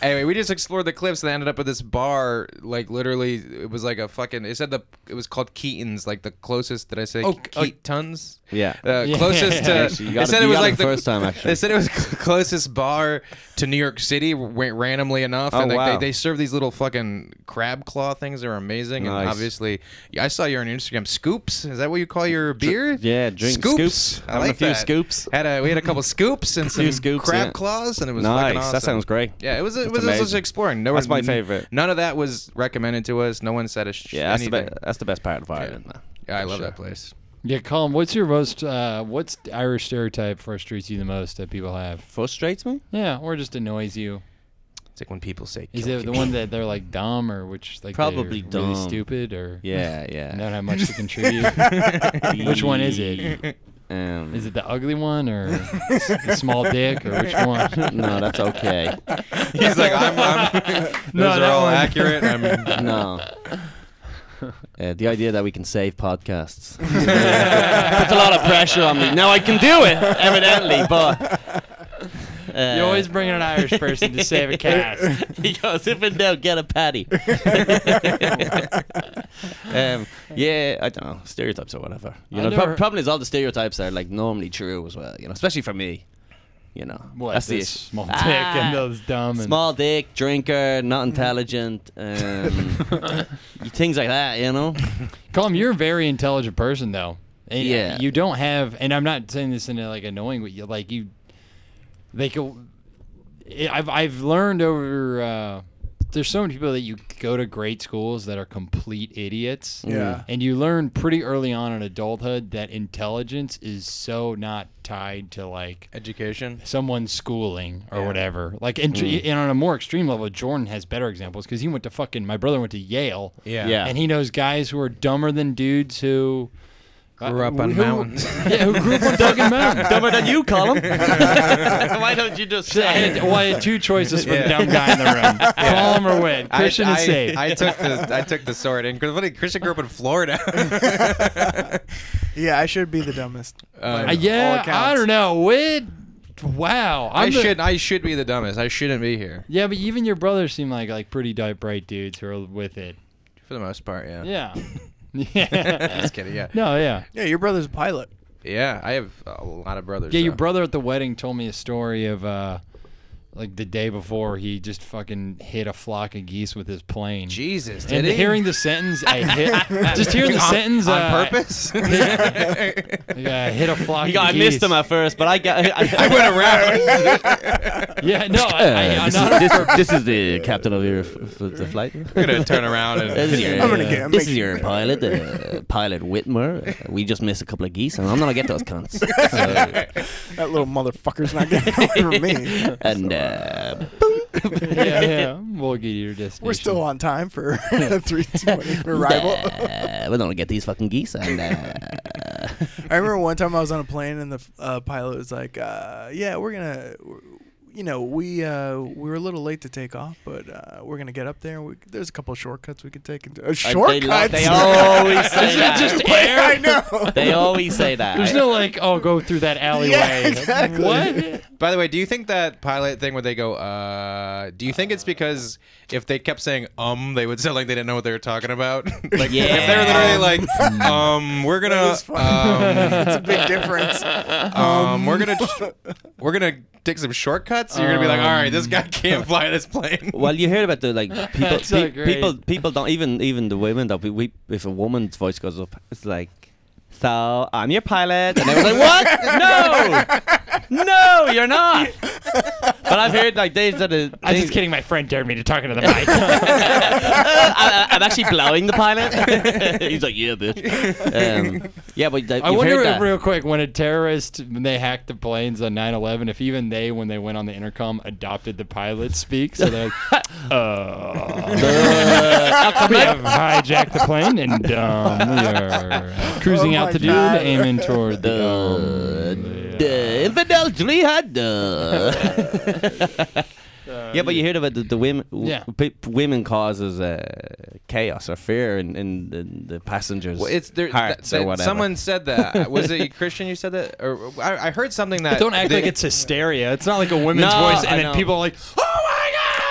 Speaker 1: Anyway, we just explored the cliffs and ended up at this bar. Like literally, it was like a fucking. It said the it was called Keaton's, like the closest. Did I say
Speaker 2: Oh, oh.
Speaker 1: Keaton's?
Speaker 5: Yeah.
Speaker 1: Uh, closest to.
Speaker 5: Actually, you got
Speaker 1: they
Speaker 5: it-
Speaker 1: said it
Speaker 5: you
Speaker 1: was
Speaker 5: got it
Speaker 1: like
Speaker 5: the first time, actually.
Speaker 1: They said it was cl- closest bar to New York City, w- randomly enough.
Speaker 5: Oh,
Speaker 1: and like,
Speaker 5: wow.
Speaker 1: they, they serve these little fucking crab claw things. They're amazing.
Speaker 5: Nice.
Speaker 1: And obviously, yeah, I saw you on Instagram. Scoops? Is that what you call your beer?
Speaker 5: yeah, drink scoops.
Speaker 1: I
Speaker 5: Having a
Speaker 1: like
Speaker 5: few
Speaker 1: that.
Speaker 5: scoops.
Speaker 1: Had a, we had a couple scoops and some
Speaker 5: Few scoops,
Speaker 1: crab
Speaker 5: yeah.
Speaker 1: claws, and it was
Speaker 5: Nice.
Speaker 1: Fucking awesome.
Speaker 5: That sounds great.
Speaker 1: Yeah, it was it
Speaker 5: That's
Speaker 1: was us just
Speaker 5: amazing.
Speaker 1: exploring. No,
Speaker 5: That's my favorite.
Speaker 1: None of that was recommended to us. No one said a sh-
Speaker 5: Yeah, that's the,
Speaker 1: anything.
Speaker 5: be- that's the best part of Ireland. though.
Speaker 1: Yeah, I love
Speaker 5: Sure.
Speaker 1: that place.
Speaker 2: Yeah, Colin, what's your most, uh, what's the Irish stereotype frustrates you the most that people have?
Speaker 5: Frustrates me.
Speaker 2: Yeah, or just annoys you?
Speaker 1: It's like when people say.
Speaker 2: Is
Speaker 1: kill
Speaker 2: it the
Speaker 1: Keaton.
Speaker 2: one that they're like dumb or which like
Speaker 5: Probably
Speaker 2: they're
Speaker 5: dumb.
Speaker 2: really stupid or
Speaker 5: Yeah, yeah.
Speaker 2: don't have much to contribute? Which one is it?
Speaker 5: Um,
Speaker 2: Is it the ugly one or the small dick or which one?
Speaker 5: No, that's okay.
Speaker 1: He's like, I'm. I'm those
Speaker 2: No,
Speaker 1: are
Speaker 2: that
Speaker 1: all
Speaker 2: one.
Speaker 1: accurate. I'm.
Speaker 5: No. Uh, the idea that we can save podcasts.
Speaker 4: Puts a lot of pressure on me. Now I can do it, evidently, but. uh,
Speaker 2: You always bring in an Irish person to save a cast.
Speaker 4: he goes, if in doubt, get a patty. um, yeah, I don't know. Stereotypes or whatever. You
Speaker 2: I
Speaker 4: know, the prob-
Speaker 2: never-
Speaker 4: problem is all the stereotypes are like normally true as well, you know, especially for me. You know,
Speaker 2: What,
Speaker 4: that's the
Speaker 2: this
Speaker 4: issue.
Speaker 2: small dick
Speaker 4: Ah,
Speaker 2: and those dumb and
Speaker 4: Small dick, drinker, not
Speaker 2: Mm-hmm.
Speaker 4: intelligent, um, things like that, you know?
Speaker 2: Colm, you're a very intelligent person, though. And
Speaker 4: Yeah.
Speaker 2: You don't have, and I'm not saying this in a, like annoying way. you- Like you, like uh, I've I've learned over. Uh, there's so many people that you go to great schools that are complete idiots.
Speaker 3: Yeah.
Speaker 2: And you learn pretty early on in adulthood that intelligence is so not tied to like
Speaker 1: Education.
Speaker 2: someone's schooling or whatever. Like, and,
Speaker 1: Mm.
Speaker 2: and on a more extreme level, Jordan has better examples because he went to fucking. My brother went to Yale.
Speaker 1: Yeah.
Speaker 5: Yeah.
Speaker 2: And he knows guys who are dumber than dudes who
Speaker 1: Grew up on
Speaker 2: Uh, who-
Speaker 1: mountains.
Speaker 2: Yeah, who grew up on fucking mountains.
Speaker 4: Dumber than you, Colin. Why don't you just
Speaker 2: I
Speaker 4: say
Speaker 2: had,
Speaker 4: it?
Speaker 2: well, I had two choices for
Speaker 1: Yeah.
Speaker 2: the dumb guy in the room: Colm or Win.
Speaker 1: I-
Speaker 2: Christian
Speaker 1: I,
Speaker 2: is safe.
Speaker 1: I took the I took the sword and funny, Christian grew up in Florida.
Speaker 3: Yeah, I should be the dumbest.
Speaker 1: Uh,
Speaker 2: Uh, yeah, I don't know. Win. Wow.
Speaker 1: I
Speaker 2: I'm the-
Speaker 1: should I should be the dumbest. I shouldn't be here
Speaker 2: Yeah, but even your brothers seem like like pretty di- bright dudes who are with it.
Speaker 1: for the most part. Yeah.
Speaker 2: Yeah. yeah.
Speaker 1: Just kidding. Yeah.
Speaker 2: No. Yeah.
Speaker 3: Yeah, your brother's a pilot.
Speaker 1: Yeah. I have a lot of brothers.
Speaker 2: Yeah, your
Speaker 1: so.
Speaker 2: brother at the wedding told me a story of uh like the day before he just fucking hit a flock of geese with his plane.
Speaker 1: Jesus. Did
Speaker 2: and
Speaker 1: he?
Speaker 2: hearing the sentence, I hit just hearing the
Speaker 1: on,
Speaker 2: sentence
Speaker 1: on
Speaker 2: uh,
Speaker 1: purpose.
Speaker 2: Yeah, I hit a flock.
Speaker 4: You got,
Speaker 2: of
Speaker 4: I
Speaker 2: geese.
Speaker 4: missed him at first, but I got. I,
Speaker 1: I went around.
Speaker 2: Yeah, no, I, I,
Speaker 5: Uh,
Speaker 2: I'm
Speaker 5: this,
Speaker 2: not.
Speaker 5: is, this, this is the captain of your f- f- the flight.
Speaker 1: I'm gonna turn around
Speaker 4: This is your,
Speaker 3: I'm gonna
Speaker 4: uh,
Speaker 3: get-
Speaker 4: this
Speaker 3: make-
Speaker 4: is your pilot, uh, pilot Whitmer. Uh, we just missed a couple of geese, and I'm gonna get those cunts. So,
Speaker 3: That little motherfucker's not getting over me.
Speaker 4: and uh,
Speaker 2: yeah, yeah, we'll get your destination.
Speaker 3: We're still on time for three twenty arrival.
Speaker 4: uh, we're gonna get these fucking geese. And uh,
Speaker 3: I remember one time I was on a plane and the uh, pilot was like, uh, "Yeah, we're gonna, you know, we uh, we were a little late to take off, but uh, we're gonna get up there. We, there's a couple of shortcuts we can take. And do. Uh,
Speaker 4: they,
Speaker 3: shortcuts?
Speaker 4: they always say
Speaker 2: Isn't it
Speaker 4: that.
Speaker 2: just
Speaker 3: Wait,
Speaker 2: air?
Speaker 3: I know.
Speaker 4: they always say that.
Speaker 2: There's no like, oh, go through that alleyway.
Speaker 3: exactly.
Speaker 2: What?
Speaker 1: By the way, do you think that pilot thing where they go, uh, do you think it's because if they kept saying um, they would sound like they didn't know what they were talking about? like if they were literally like, um, we're gonna
Speaker 3: That was
Speaker 1: um,
Speaker 3: It's a big difference.
Speaker 1: um, we're gonna we're gonna take some shortcuts, you're gonna be like, All right, this guy can't fly this plane.
Speaker 5: Well, you heard about the like people,
Speaker 2: That's so
Speaker 5: pe-
Speaker 2: great.
Speaker 5: people, people don't even even the women that we, we if a woman's voice goes up, it's like, so I'm your pilot, and they were like, what?
Speaker 4: no, no, you're not.
Speaker 6: But I've heard like days that are.
Speaker 7: I'm just
Speaker 6: things-
Speaker 7: kidding. My friend dared me to talk into the mic.
Speaker 6: I, I, I'm actually blowing the pilot. He's like, yeah, bitch. Um, yeah, but
Speaker 4: uh,
Speaker 6: that,
Speaker 2: I
Speaker 6: you've
Speaker 2: wonder
Speaker 6: heard that.
Speaker 2: real quick when a terrorist when they hacked the planes on 9/11 if even they when they went on the intercom adopted the pilot speak so they're like, uh, we have hijacked the plane and um, we are cruising
Speaker 3: Oh
Speaker 2: out
Speaker 3: my
Speaker 2: to do
Speaker 3: God.
Speaker 2: aiming toward the um,
Speaker 1: Uh,
Speaker 2: yeah.
Speaker 6: the infidel jihad. uh.
Speaker 4: yeah, but you heard about the, the women. w-
Speaker 2: Yeah.
Speaker 4: pe- women causes uh, chaos or fear in, in, in the passengers'
Speaker 1: Well, it's there.
Speaker 4: hearts
Speaker 1: that-
Speaker 4: or whatever.
Speaker 1: Someone said that. Uh, Was it Christian? You said that, or I, I heard something that.
Speaker 2: Don't act
Speaker 1: they-
Speaker 2: like it's hysteria. It's not like a women's
Speaker 6: No,
Speaker 2: voice, and
Speaker 6: I
Speaker 2: then
Speaker 6: know.
Speaker 2: people are like, "Oh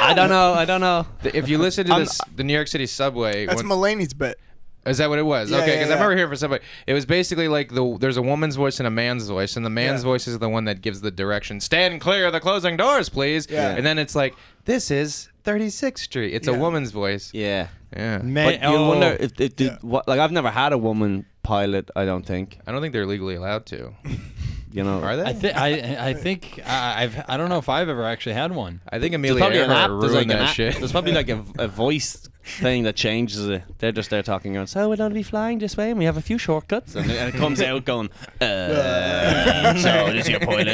Speaker 6: I don't know. I don't know.
Speaker 1: that If you listen to this, the New York City subway.
Speaker 3: That's
Speaker 1: when-
Speaker 3: Mulaney's bit.
Speaker 1: Is that what it was?
Speaker 3: Yeah,
Speaker 1: okay,
Speaker 3: yeah,
Speaker 1: because
Speaker 3: yeah.
Speaker 1: I remember hearing from somebody. It was basically like the there's a woman's voice and a man's voice, and the man's
Speaker 3: Yeah.
Speaker 1: voice is the one that gives the direction. Stand clear of the closing doors, please.
Speaker 3: Yeah.
Speaker 1: And then it's like this is 36th Street. It's a
Speaker 3: Yeah.
Speaker 1: woman's voice.
Speaker 4: yeah.
Speaker 1: Yeah.
Speaker 2: my god!"
Speaker 4: But you wonder
Speaker 2: oh.
Speaker 4: if, if did,
Speaker 3: Yeah.
Speaker 4: what, like I've never had a woman pilot. I don't think
Speaker 1: I don't think they're legally allowed to.
Speaker 4: you know.
Speaker 1: Are they?
Speaker 2: I, thi- I, I think I, I've I don't know if I've ever actually had one.
Speaker 1: I think
Speaker 4: There's
Speaker 1: Amelia
Speaker 4: probably an app.
Speaker 1: Earhart
Speaker 4: There's
Speaker 1: ruined
Speaker 4: like
Speaker 1: that
Speaker 4: an app.
Speaker 1: shit.
Speaker 4: There's probably like a, a voice thing that changes it. They're just there talking around. So we're going to be flying this way, and we have a few shortcuts. And it, and it comes out going. Uh, so this is your pilot.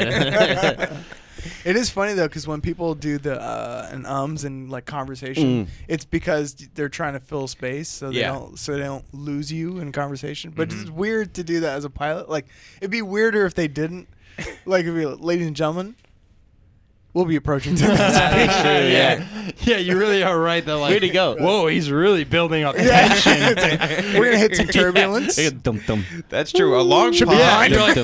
Speaker 3: It is funny though, because when people do the uh, and ums and like conversation, it's because they're trying to fill space, so they
Speaker 1: Yeah.
Speaker 3: don't so they don't lose you in conversation. But it's weird to do that as a pilot. Like it'd be weirder if they didn't. Like, if you, ladies and gentlemen, we'll be approaching. to this."
Speaker 2: yeah. yeah, you really are right. They're like,
Speaker 4: Where'd he go?
Speaker 2: Whoa, he's really building up
Speaker 3: Yeah.
Speaker 2: tension.
Speaker 3: It's like, We're gonna hit some turbulence.
Speaker 4: Dum dum.
Speaker 1: That's true. A long pause.
Speaker 2: Yeah,
Speaker 4: you're like-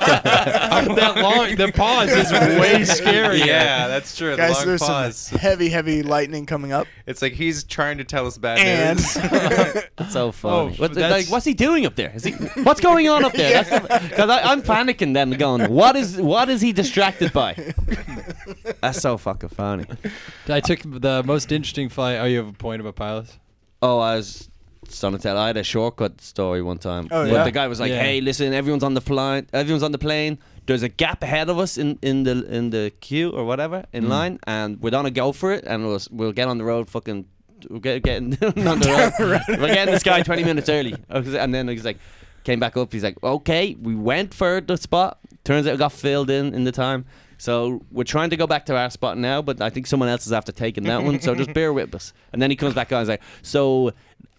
Speaker 2: that long, the pause is way scarier.
Speaker 1: Yeah, that's true. The
Speaker 3: Guys,
Speaker 1: long
Speaker 3: there's
Speaker 1: pause.
Speaker 3: some heavy, heavy lightning coming up,
Speaker 1: It's like he's trying to tell us bad
Speaker 3: and
Speaker 1: news.
Speaker 4: That's so funny.
Speaker 2: Oh,
Speaker 4: What-
Speaker 2: that's-
Speaker 4: like, what's he doing up there? Is he? What's going on up there? Because I'm panicking then, going, what is what is he distracted by? That's so fucking funny.
Speaker 2: I took the most interesting flight. Oh, you have a point about pilots?
Speaker 4: Oh, I was trying to tell. I had a shortcut story one time.
Speaker 3: Oh,
Speaker 4: But
Speaker 3: yeah?
Speaker 4: the guy was like,
Speaker 2: Yeah.
Speaker 4: "Hey, listen, everyone's on the flight. Everyone's on the plane. There's a gap ahead of us in, in the in the queue or whatever
Speaker 3: Hmm.
Speaker 4: in line, and we're gonna go for it, and we'll s- we'll get on the road, fucking." We're get- getting on the road. We're getting this guy 20 minutes early, I was- and then he's like, came back up. He's like, okay, we went for the spot. Turns out it got filled in in the time, so we're trying to go back to our spot now. But I think someone else is after taking that one, so just bear with us. And then he comes back on. He's like, so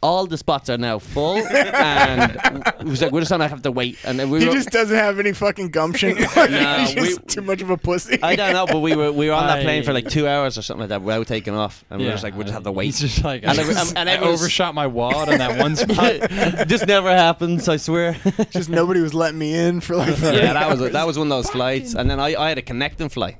Speaker 4: all the spots are now full, and he was like, we're just gonna have to wait. And then we
Speaker 3: he
Speaker 4: were,
Speaker 3: just doesn't have any fucking gumption. He's just
Speaker 4: we-
Speaker 3: too much of a pussy.
Speaker 4: I don't know, but we were we were on that
Speaker 2: I-
Speaker 4: plane for like two hours or something like that without taking off, and we were just like, we just have to wait.
Speaker 2: He's just like,
Speaker 4: And
Speaker 2: I,
Speaker 4: I- and- and
Speaker 2: I
Speaker 4: everyone's-
Speaker 2: overshot my wallet on that one spot.
Speaker 4: this never happens, I swear.
Speaker 3: just nobody was letting me in for like.
Speaker 4: yeah, that was that was one of those flights, and then I, I had a connecting flight,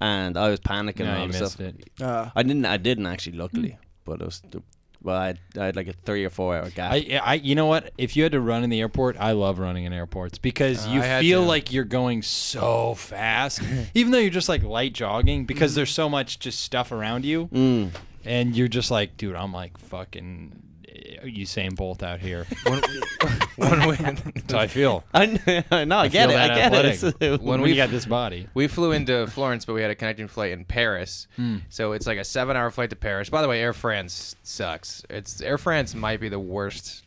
Speaker 4: and I was panicking and
Speaker 2: no,
Speaker 4: all
Speaker 2: you
Speaker 4: this
Speaker 2: missed
Speaker 4: stuff.
Speaker 2: it.
Speaker 3: Uh,
Speaker 4: I didn't I didn't actually, luckily, but it was the- well I had, I had like a three or four hour gap.
Speaker 2: I, I, you know what? If you had to run in the airport, I love running in airports because
Speaker 1: Uh,
Speaker 2: you
Speaker 1: I had
Speaker 2: feel
Speaker 1: to.
Speaker 2: like you're going so fast, even though you're just like light jogging because there's so much just stuff around you,
Speaker 4: Mm.
Speaker 2: and you're just like, dude, I'm like fucking uh, Usain Bolt out here.
Speaker 1: when we,
Speaker 2: That's how I feel.
Speaker 4: I kn- I know, I, get it,
Speaker 2: feel
Speaker 4: I
Speaker 2: that
Speaker 4: get
Speaker 2: athletic.
Speaker 4: it.
Speaker 1: When
Speaker 2: When
Speaker 1: we
Speaker 2: we got this body,
Speaker 1: we flew into Florence, but we had a connecting flight in Paris, so it's like a seven-hour flight to Paris. By the way, Air France sucks. It's Air France might be the worst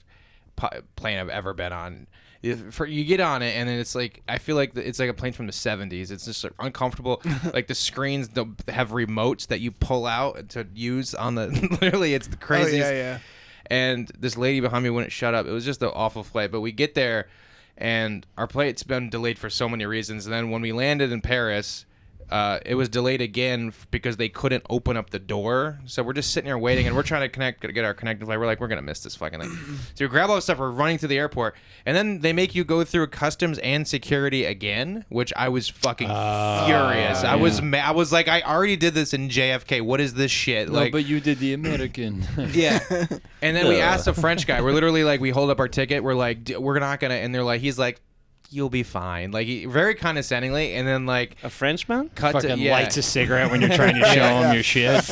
Speaker 1: pi- plane I've ever been on. If- for you get on it, and then it's like I feel like the, it's like a plane from the '70s. It's just like, uncomfortable. like the screens don't have remotes that you pull out to use on the. literally, it's the
Speaker 3: oh
Speaker 1: craziest
Speaker 3: yeah, yeah.
Speaker 1: and this lady behind me wouldn't shut up. It was just an awful flight. But we get there, and our flight's been delayed for so many reasons. And then when we landed in Paris, uh, it was delayed again f- because they couldn't open up the door. So we're just sitting here waiting, and we're trying to connect, get our connecting flight. We're like, we're gonna miss this fucking thing. so we grab all the stuff. We're running through the airport, and then they make you go through customs and security again, which I was fucking furious. I was, ma- I was like, I already did this in JFK. What is this shit? like,
Speaker 2: but you did the American.
Speaker 1: yeah. And then we asked a French guy. We're literally like, we hold up our ticket. We're like, "D- we're not gonna. And they're like, he's like, you'll be fine. Like he, very condescendingly. And then like,
Speaker 4: A Frenchman?
Speaker 1: cut to
Speaker 2: fucking
Speaker 1: yeah.
Speaker 2: lights a cigarette when you're trying to show him your shit.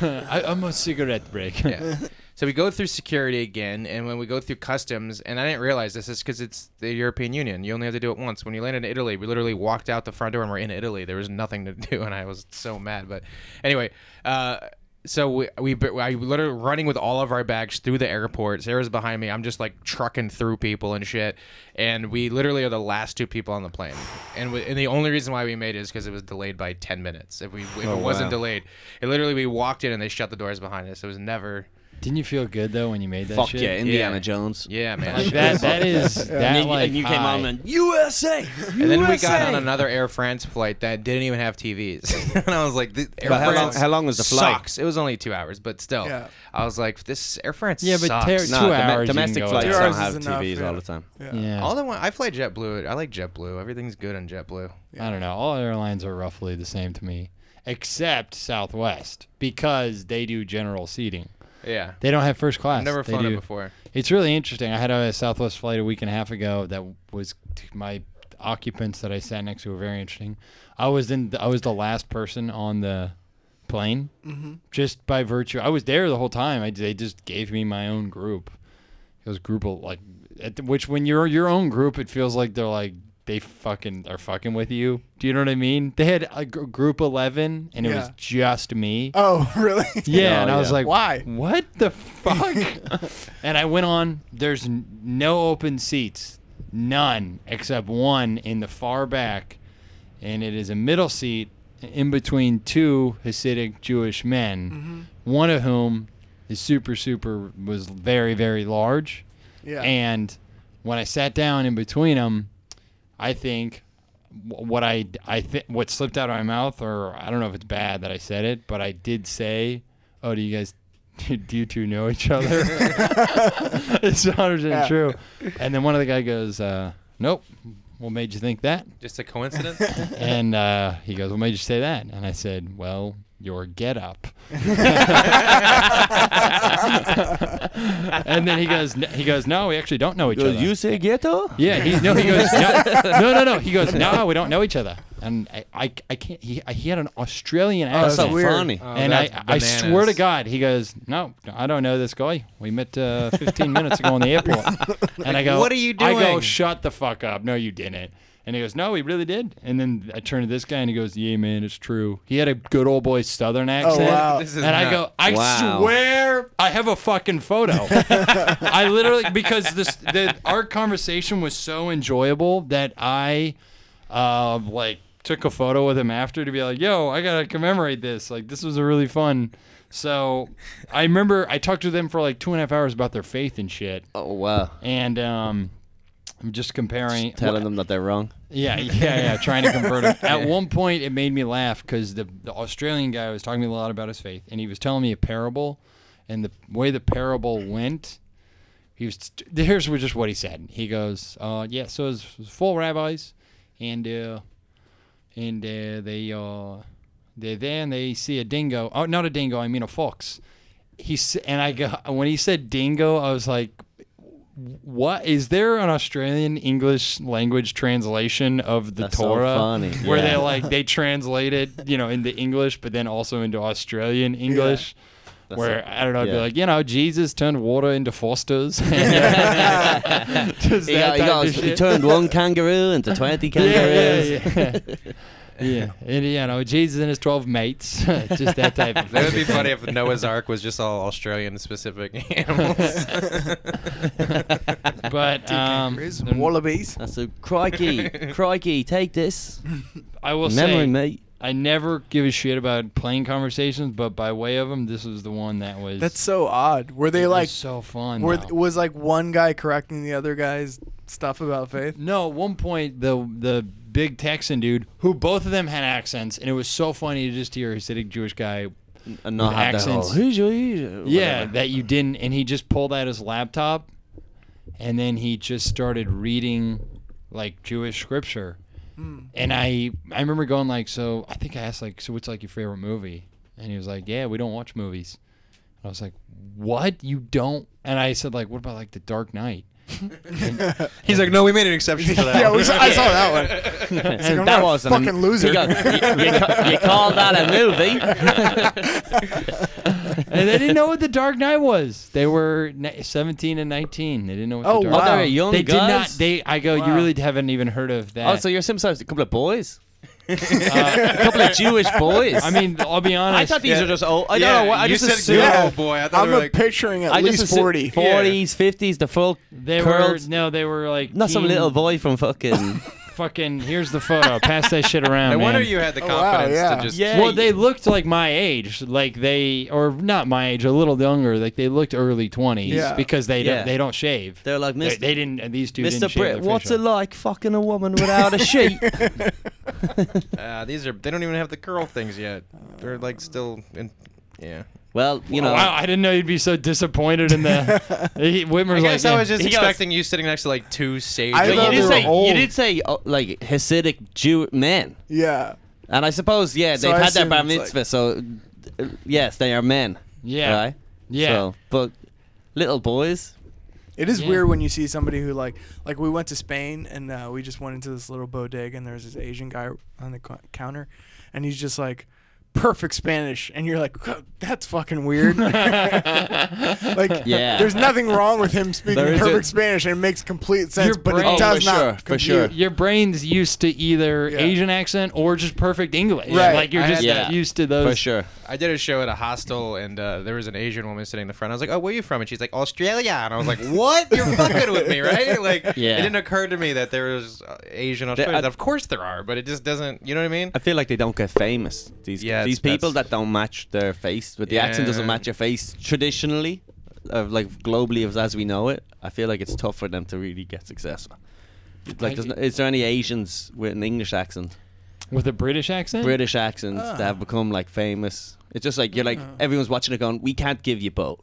Speaker 2: I, I'm on cigarette break.
Speaker 1: Yeah. So we go through security again, and when we go through customs, and I didn't realize this is because it's the European Union. You only have to do it once. When you landed in Italy, we literally walked out the front door and we're in Italy. There was nothing to do, and I was so mad. But anyway, uh, so we we I literally running with all of our bags through the airport. Sarah's behind me. I'm just like trucking through people and shit. And we literally are the last two people on the plane. And we, and the only reason why we made it is because it was delayed by ten minutes. If we if it wasn't delayed, it literally we walked in and they shut the doors behind us. It was never.
Speaker 2: Didn't you feel good though when you made that
Speaker 5: Fuck
Speaker 2: shit?
Speaker 5: yeah, Indiana
Speaker 1: Yeah.
Speaker 5: Jones.
Speaker 1: Yeah, man.
Speaker 2: Like, that that is that
Speaker 5: And you,
Speaker 2: like
Speaker 5: and you came
Speaker 2: high.
Speaker 5: on and USA.
Speaker 1: And then we got on another Air France flight that didn't even have TVs, and I was like, "Th- "Air
Speaker 5: But how long-
Speaker 1: France
Speaker 5: how long was the flight?
Speaker 1: Sucks. It was only two hours, but still,
Speaker 3: Yeah.
Speaker 1: I was like, "This Air France
Speaker 2: Yeah, but
Speaker 1: sucks."
Speaker 2: Ter-
Speaker 5: Nah,
Speaker 2: Two
Speaker 5: dom-
Speaker 2: hours you
Speaker 5: domestic
Speaker 2: can go
Speaker 3: out.
Speaker 5: flights
Speaker 3: Two
Speaker 5: don't
Speaker 3: hours
Speaker 5: have
Speaker 3: is enough,
Speaker 5: TVs all
Speaker 3: yeah.
Speaker 5: the time.
Speaker 3: Yeah.
Speaker 2: Yeah.
Speaker 1: All the one I fly JetBlue. I like JetBlue. Everything's good on JetBlue.
Speaker 2: I don't know. All airlines are roughly the same to me, except Southwest because they do general seating.
Speaker 1: Yeah.
Speaker 2: They don't have first class.
Speaker 1: I've never
Speaker 2: They
Speaker 1: flown it
Speaker 2: do-
Speaker 1: before.
Speaker 2: It's really interesting. I had a Southwest flight a week and a half ago that was my occupants that I sat next to were very interesting. I was in. I was the last person on the plane,
Speaker 3: Mm-hmm.
Speaker 2: just by virtue. I was there the whole time. I, they just gave me my own group. It was group of like, at the, which when you're your own group, it feels like they're like they fucking are fucking with you. Do you know what I mean? They had a gr- group eleven, and it was
Speaker 3: Yeah.
Speaker 2: just me.
Speaker 3: Oh, really?
Speaker 2: Yeah,
Speaker 5: Oh,
Speaker 2: and I was
Speaker 5: yeah.
Speaker 2: like, mm,
Speaker 3: Why?
Speaker 2: What the fuck? and I went on. There's n- no open seats, none except one in the far back, and it is a middle seat in between two Hasidic Jewish men, one of whom is super super was very very large,
Speaker 3: Yeah.
Speaker 2: and when I sat down in between them, I think wh- what I I thi- what slipped out of my mouth, or I don't know if it's bad that I said it, but I did say, "Oh, do you guys, do you two know each other?" it's 100 percent true. And then one of the guy goes, uh, "Nope, what made you think that?"
Speaker 1: Just a coincidence.
Speaker 2: And uh, he goes, "What made you say that?" And I said, "Well, your get up." and then he goes, "N- "He goes, no, we actually don't know each other."
Speaker 5: say ghetto?
Speaker 2: Yeah, he, no, he goes, no, no, no, no. He goes, no, we don't know each other. And I, I, I can't. He, he had an Australian
Speaker 5: That's
Speaker 2: accent.
Speaker 5: so
Speaker 3: weird.
Speaker 5: funny.
Speaker 1: Oh,
Speaker 2: and I,
Speaker 1: that's
Speaker 2: I swear to
Speaker 1: bananas.
Speaker 2: God, he goes, no, I don't know this guy. We met uh, 15 minutes ago in the airport. And I go,
Speaker 1: "What are you
Speaker 2: I go,
Speaker 1: doing?"
Speaker 2: shut the fuck up. No, you didn't. And he goes, no, we really did. And then I turn to this guy and he goes, yeah, man, it's true. He had a good old boy Southern accent.
Speaker 3: wow.
Speaker 1: This is
Speaker 2: And I
Speaker 1: not-
Speaker 2: go, I
Speaker 5: Wow.
Speaker 2: swear I have a fucking photo. I literally because this the our conversation was so enjoyable that I uh, like took a photo with him after to be like, yo, I gotta commemorate this. Like this was a really fun so I remember I talked to them for like two and a half hours about their faith and shit.
Speaker 5: Oh wow.
Speaker 2: And um I'm just comparing
Speaker 5: Telling them that they're wrong.
Speaker 2: yeah, yeah, yeah. Trying to convert him. At one point, it made me laugh because the, the Australian guy was talking to me a lot about his faith, and he was telling me a parable, and the way the parable went, he was. Here's what- just what he said. He goes, uh, "Yeah, so it was four rabbis, and uh, and uh, they uh, they're there and they see a dingo. Oh, not a dingo. I mean a fox. He s- and I go when he said dingo, I was like, what is there an Australian English language translation of the
Speaker 5: That's so
Speaker 2: Torah
Speaker 5: funny.
Speaker 2: where they
Speaker 5: Yeah.
Speaker 2: like they translate it, you know, into English, but then also into Australian English? Where I don't know, I'd be
Speaker 5: yeah.
Speaker 2: like, you know, Jesus turned water into Fosters. Just that
Speaker 5: He, got- he
Speaker 2: type
Speaker 5: got-
Speaker 2: of
Speaker 5: he
Speaker 2: shit.
Speaker 5: turned one kangaroo into twenty
Speaker 2: Yeah,
Speaker 5: kangaroos.
Speaker 2: yeah, yeah. yeah, and you know, Jesus and his twelve mates, just that type of.
Speaker 1: That would be
Speaker 2: fucking
Speaker 1: funny if Noah's Ark was just all Australian specific animals.
Speaker 2: thing. But um,
Speaker 3: There's
Speaker 2: then
Speaker 3: wallabies.
Speaker 5: That's a crikey, crikey. Take this
Speaker 2: I will
Speaker 5: memory,
Speaker 2: say,
Speaker 5: mate.
Speaker 2: I never give a shit about plane conversations, but by way of them, this was the one that was.
Speaker 3: That's so odd. Were
Speaker 2: it
Speaker 3: they
Speaker 2: was
Speaker 3: like?
Speaker 2: so fun.
Speaker 3: Were
Speaker 2: though.
Speaker 3: was like one guy correcting the other guy's stuff about faith?
Speaker 2: No, at one point the the big Texan dude, who both of them had accents, and it was so funny to just hear a Hasidic Jewish guy.
Speaker 5: And not have
Speaker 2: accents.
Speaker 5: that whole. Who's your? who's your-"
Speaker 2: Yeah, that you didn't, and he just pulled out his laptop, and then he just started reading like Jewish scripture,
Speaker 3: Hmm.
Speaker 2: and I I remember going like, so I think I asked like, so what's like your favorite movie? And he was like, yeah, we don't watch movies. And I was like, what? You don't? And I said like, what about like The Dark Knight?
Speaker 1: He's like, no, we made an exception for that.
Speaker 3: yeah, we, saw- I saw that one. It's like, I'm
Speaker 5: that
Speaker 3: not a
Speaker 5: was an-
Speaker 3: fucking loser.
Speaker 5: You, got- you- you ca- you call that a movie?
Speaker 2: and they didn't know what the Dark Knight was. They were ni- 17 and 19. They didn't know what
Speaker 3: Oh,
Speaker 2: the Dark
Speaker 4: Oh,
Speaker 3: wow.
Speaker 4: they're young
Speaker 2: They did not.
Speaker 4: guys.
Speaker 2: They. I go. You
Speaker 3: Wow.
Speaker 2: really haven't even heard of that.
Speaker 4: oh, so you're sometimes a couple of boys,
Speaker 2: Uh,
Speaker 4: a couple of Jewish boys.
Speaker 2: I mean, I'll be honest.
Speaker 4: I thought these
Speaker 1: Yeah.
Speaker 4: are just old. I
Speaker 1: Yeah,
Speaker 4: don't know. why- I
Speaker 1: you
Speaker 4: just
Speaker 1: said
Speaker 4: assumed.
Speaker 1: good. Oh, boy, I thought
Speaker 3: I'm
Speaker 1: we were like-
Speaker 3: picturing at
Speaker 4: I just
Speaker 3: least
Speaker 4: assumed
Speaker 3: 40.
Speaker 4: 40s, 50s, the full
Speaker 2: they
Speaker 4: curled.
Speaker 2: were no. They were like
Speaker 4: Not some
Speaker 2: teen-
Speaker 4: little boy from fucking.
Speaker 2: Fucking. Here's the photo. Pass that shit around.
Speaker 1: I
Speaker 2: man.
Speaker 1: wonder you had the
Speaker 3: Oh, wow,
Speaker 1: confidence
Speaker 3: yeah.
Speaker 1: to just.
Speaker 4: Yeah.
Speaker 2: Well, they looked like my age, like they, or not my age, a little younger. Like they looked early twenties
Speaker 3: Yeah.
Speaker 2: because they
Speaker 4: Yeah.
Speaker 2: don't, they don't shave.
Speaker 4: They're like,
Speaker 2: They,
Speaker 4: Mr.
Speaker 2: they didn't. and These two didn't
Speaker 4: Mr.
Speaker 2: shave
Speaker 4: Britt,
Speaker 2: their
Speaker 4: what's it
Speaker 2: facial.
Speaker 4: like fucking a woman without a sheet?
Speaker 1: Uh, these are. They don't even have the curl things yet. They're like still in. Yeah.
Speaker 4: well, you know.
Speaker 2: Oh, wow, I didn't know you'd be so disappointed in the. he, Whitmer's
Speaker 1: I guess
Speaker 2: like,
Speaker 1: I
Speaker 2: "Yeah."
Speaker 1: was just
Speaker 4: He goes-
Speaker 1: expecting you sitting next to like two sage.
Speaker 3: I
Speaker 4: But
Speaker 3: thought
Speaker 4: you,
Speaker 3: they
Speaker 4: did
Speaker 3: were
Speaker 4: say, you
Speaker 3: old.
Speaker 4: did say uh, like Hasidic Jew men,
Speaker 3: Yeah.
Speaker 4: and I suppose yeah
Speaker 3: So
Speaker 4: they've
Speaker 3: I
Speaker 4: had their
Speaker 3: assume
Speaker 4: bar
Speaker 3: it's like-
Speaker 4: mitzvah, so uh, yes they are men,
Speaker 2: yeah,
Speaker 4: right?
Speaker 2: yeah.
Speaker 4: So, but little boys,
Speaker 3: It is
Speaker 2: Yeah.
Speaker 3: weird when you see somebody who like like we went to Spain and uh, we just went into this little bodega and there was this Asian guy on the co- counter and he's just like perfect Spanish and you're like that's fucking weird. like
Speaker 4: Yeah.
Speaker 3: there's nothing wrong with him speaking
Speaker 4: There is
Speaker 3: perfect
Speaker 4: a-
Speaker 3: Spanish and it makes complete sense,
Speaker 2: Your
Speaker 3: but
Speaker 2: brain- Oh,
Speaker 3: it does
Speaker 4: for
Speaker 3: not
Speaker 4: sure, for
Speaker 3: compute.
Speaker 4: sure.
Speaker 2: Your brain's used to either
Speaker 3: Yeah.
Speaker 2: Asian accent or just perfect English.
Speaker 3: Right.
Speaker 2: Like you're
Speaker 1: I
Speaker 2: just
Speaker 1: had
Speaker 4: that.
Speaker 2: used to those.
Speaker 4: for sure.
Speaker 1: I did a show at a hostel, and uh, there was an Asian woman sitting in the front. I was like, "Oh, where are you from?" And she's like, "Australia." And I was like, "What? You're fucking with me, right?" Like,
Speaker 4: Yeah.
Speaker 1: it didn't occur to me that there was uh, Asian Australians. of course there are, but it just doesn't. You know what I mean?
Speaker 4: I feel like they don't get famous. These
Speaker 1: Yeah,
Speaker 4: these
Speaker 1: it's-
Speaker 4: people that don't match their face, but the accent doesn't
Speaker 1: Yeah.
Speaker 4: match your face traditionally, uh, like globally as, as we know it. I feel like it's tough for them to really get successful. Like, there's no, is there any Asians with an English accent,
Speaker 2: With a British accent.
Speaker 4: British accent
Speaker 2: Ah.
Speaker 4: that have become like famous? It's just like you're like everyone's watching it going, we can't give you both.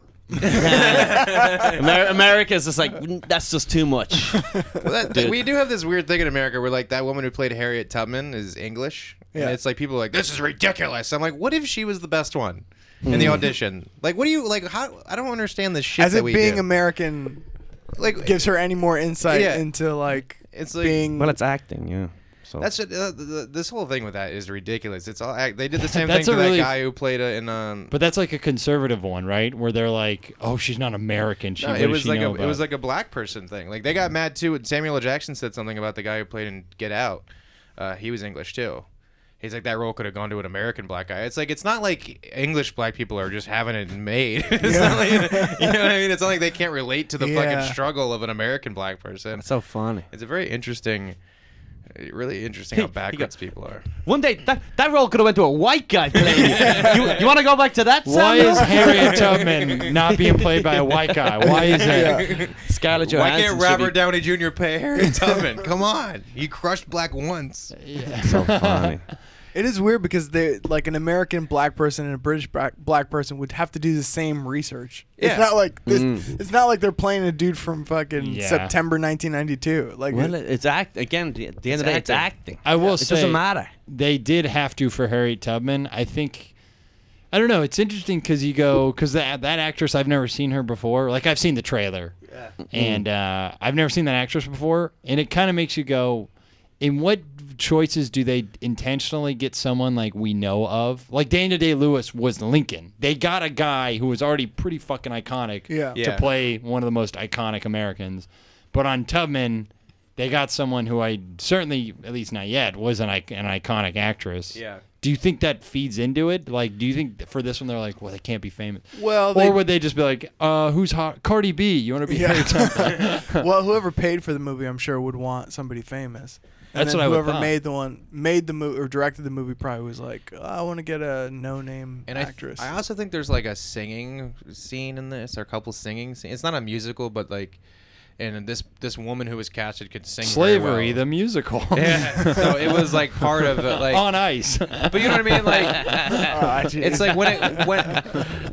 Speaker 4: Amer- America's just like "Mm, that's just too much.
Speaker 1: Well, that, we do have this weird thing in America where like that woman who played Harriet Tubman is English,
Speaker 3: Yeah.
Speaker 1: and it's like people are like, "This is ridiculous." I'm like, "What if she was the best one in
Speaker 2: Hmm.
Speaker 1: the audition? Like, what do you like? How I don't understand this shit."
Speaker 3: As
Speaker 1: that
Speaker 3: it
Speaker 1: we
Speaker 3: being
Speaker 1: do.
Speaker 3: American
Speaker 1: like
Speaker 3: gives her any more insight
Speaker 1: Yeah.
Speaker 3: into like
Speaker 1: It's like-
Speaker 3: being
Speaker 4: well, it's acting, yeah. So
Speaker 1: That's it, uh, th- th- this whole thing with that is ridiculous. It's all act- they did the same thing
Speaker 2: That's
Speaker 1: to
Speaker 2: a
Speaker 1: that
Speaker 2: really-
Speaker 1: guy who played it in um.
Speaker 2: But that's like a conservative one, right? Where they're like, "Oh, she's not American. She
Speaker 1: no,
Speaker 2: what
Speaker 1: it
Speaker 2: does
Speaker 1: was
Speaker 2: she
Speaker 1: like a
Speaker 2: know
Speaker 1: it was
Speaker 2: about?"
Speaker 1: like
Speaker 2: Mm.
Speaker 1: a black person thing. Like they got mad too. And Samuel L. Jackson said something about the guy who played in Get Out. Uh, he was English too. He's like that role could have gone to an American black guy. It's like it's not like English black people are just having it made. it's not like, you know what I mean? It's not like they can't relate to the
Speaker 3: Yeah.
Speaker 1: fucking struggle of an American black person.
Speaker 4: so funny.
Speaker 1: It's a very interesting, really interesting how backwards people are.
Speaker 4: One day that, that role could have went to a white guy. Playing. you you want to go back to that?
Speaker 2: Why
Speaker 4: Samuel?
Speaker 2: is Harriet Tubman not being played by a white guy? Why is that?
Speaker 4: Scarlett
Speaker 1: Why
Speaker 4: Johansson?
Speaker 1: can't Robert Downey Jr. pay Harry Tubman? Come on, he crushed Black once.
Speaker 4: so funny?
Speaker 3: It is weird because they like an American black person and a British black, black person would have to do the same research.
Speaker 1: Yeah.
Speaker 3: It's not like this,
Speaker 4: Mm.
Speaker 3: it's not like they're playing a dude from fucking
Speaker 2: Yeah.
Speaker 3: September 1992. Like
Speaker 4: Well, it- it's act again. At the at the end of the day, it's acting.
Speaker 2: I will
Speaker 4: it
Speaker 2: say
Speaker 4: doesn't matter.
Speaker 2: they did have to for Harriet Tubman. I think I don't know. It's interesting because you go because that that actress I've never seen her before. Like I've seen the trailer, and uh, I've never seen that actress before, and it kind of makes you go, in what choices do they intentionally get someone like we know of? Like Daniel Day Lewis was Lincoln. They got a guy who was already pretty fucking iconic
Speaker 3: Yeah.
Speaker 2: to
Speaker 1: Yeah.
Speaker 2: play one of the most iconic Americans, but on Tubman. They got someone who I certainly, at least not yet, was an, ic- an iconic actress.
Speaker 1: Yeah.
Speaker 2: Do you think that feeds into it? Like, do you think th- for this one they're like, well, they can't be famous,
Speaker 3: well,
Speaker 2: or would they just be like, uh, who's hot? Cardi B. You want to be?
Speaker 3: Yeah.
Speaker 2: Harry Tubman?
Speaker 3: well, whoever paid for the movie, I'm sure would want somebody famous. And
Speaker 2: That's
Speaker 3: then
Speaker 2: what I would
Speaker 3: whoever
Speaker 2: thought.
Speaker 3: made the one made the movie or directed the movie probably was like, "Oh, I want to get a no name
Speaker 1: And
Speaker 3: actress.
Speaker 1: I, I also think there's like a singing scene in this, or a couple singing scenes. It's not a musical, but like, and this this woman who was casted could sing. very
Speaker 2: Slavery,
Speaker 1: well.
Speaker 2: the musical.
Speaker 1: yeah. So it was like part of it, like.
Speaker 2: on ice.
Speaker 1: but you know what I mean? Like,
Speaker 3: Oh, I see.
Speaker 1: it's like when it when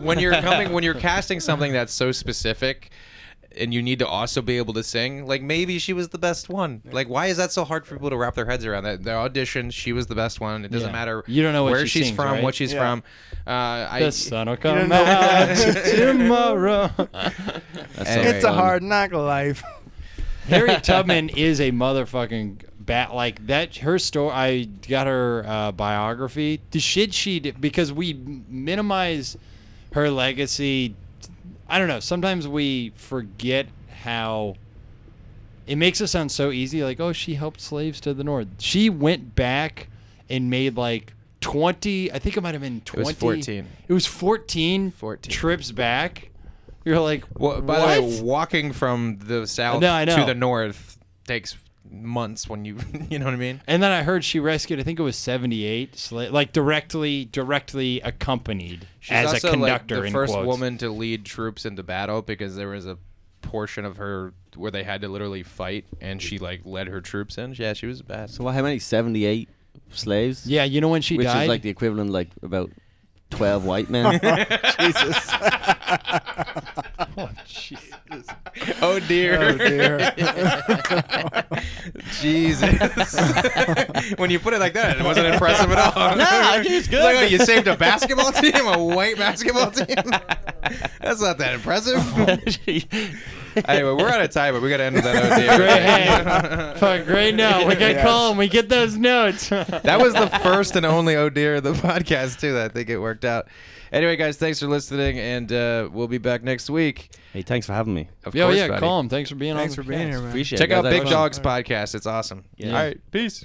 Speaker 1: when you're coming when you're casting something that's so specific and you need to also be able to sing like maybe she was the best one like why is that so hard for people to wrap their heads around that their audition she was the best one it doesn't
Speaker 2: Yeah.
Speaker 1: matter
Speaker 2: You don't know what
Speaker 1: where
Speaker 2: she
Speaker 1: she's
Speaker 2: sings,
Speaker 1: from
Speaker 2: right?
Speaker 1: what she's
Speaker 3: Yeah.
Speaker 1: from uh i
Speaker 2: the sun will
Speaker 3: don't
Speaker 2: come
Speaker 3: know.
Speaker 2: out tomorrow.
Speaker 3: it's a
Speaker 4: um,
Speaker 1: Anyway.
Speaker 3: hard knock life.
Speaker 2: Harry Tubman is a motherfucking bat. Like that, her story. I got her uh, biography. The shit she did because we m- minimize her legacy. I don't know. Sometimes we forget how it makes it sound so easy like oh she helped slaves to the north she went back and made like 20 i think it might have been 20
Speaker 1: was 14.
Speaker 2: it was 14,
Speaker 1: 14.
Speaker 2: trips back you're like
Speaker 1: Well, by
Speaker 2: what?
Speaker 1: the way, walking from the south
Speaker 2: No, I know.
Speaker 1: to the north takes months when you you know what I mean.
Speaker 2: and then i heard she rescued i think it was 78 sla- like directly directly accompanied as a conductor
Speaker 1: like, the
Speaker 2: in
Speaker 1: first
Speaker 2: quotes.
Speaker 1: woman to lead troops into battle because there was a portion of her where they had to literally fight and she like led her troops in. Yeah, she was bad.
Speaker 5: So what, how many? Seventy-eight slaves.
Speaker 2: yeah you know when she
Speaker 5: which
Speaker 2: died
Speaker 5: is like the equivalent like about twelve white men. Jesus.
Speaker 1: oh
Speaker 3: Oh
Speaker 1: dear.
Speaker 3: dear.
Speaker 1: Jesus. when you put it like that, it wasn't impressive at all. No,
Speaker 4: I think it's good.
Speaker 1: Like, oh, you saved a basketball team, a white basketball team. That's not that impressive. anyway, we're out of time, but we got to end with that. Oh, dear.
Speaker 2: Great, hey, fuck, great now. We get
Speaker 3: Yeah.
Speaker 2: calm. We get those notes.
Speaker 1: that was the first and only oh dear of the podcast too. I think it worked out. Anyway, guys, thanks for listening, and uh, we'll be back next week.
Speaker 5: hey, thanks for having me.
Speaker 1: Of
Speaker 2: Yo,
Speaker 1: course,
Speaker 2: yeah,
Speaker 1: buddy.
Speaker 2: calm. Thanks for being on.
Speaker 3: Thanks for
Speaker 2: the
Speaker 3: being
Speaker 2: podcast.
Speaker 3: here, man.
Speaker 5: Appreciate
Speaker 1: Check
Speaker 5: it.
Speaker 1: out
Speaker 5: guys.
Speaker 1: Big
Speaker 5: Thanks.
Speaker 1: Dog's podcast. It's awesome.
Speaker 5: Yeah.
Speaker 1: All right, peace.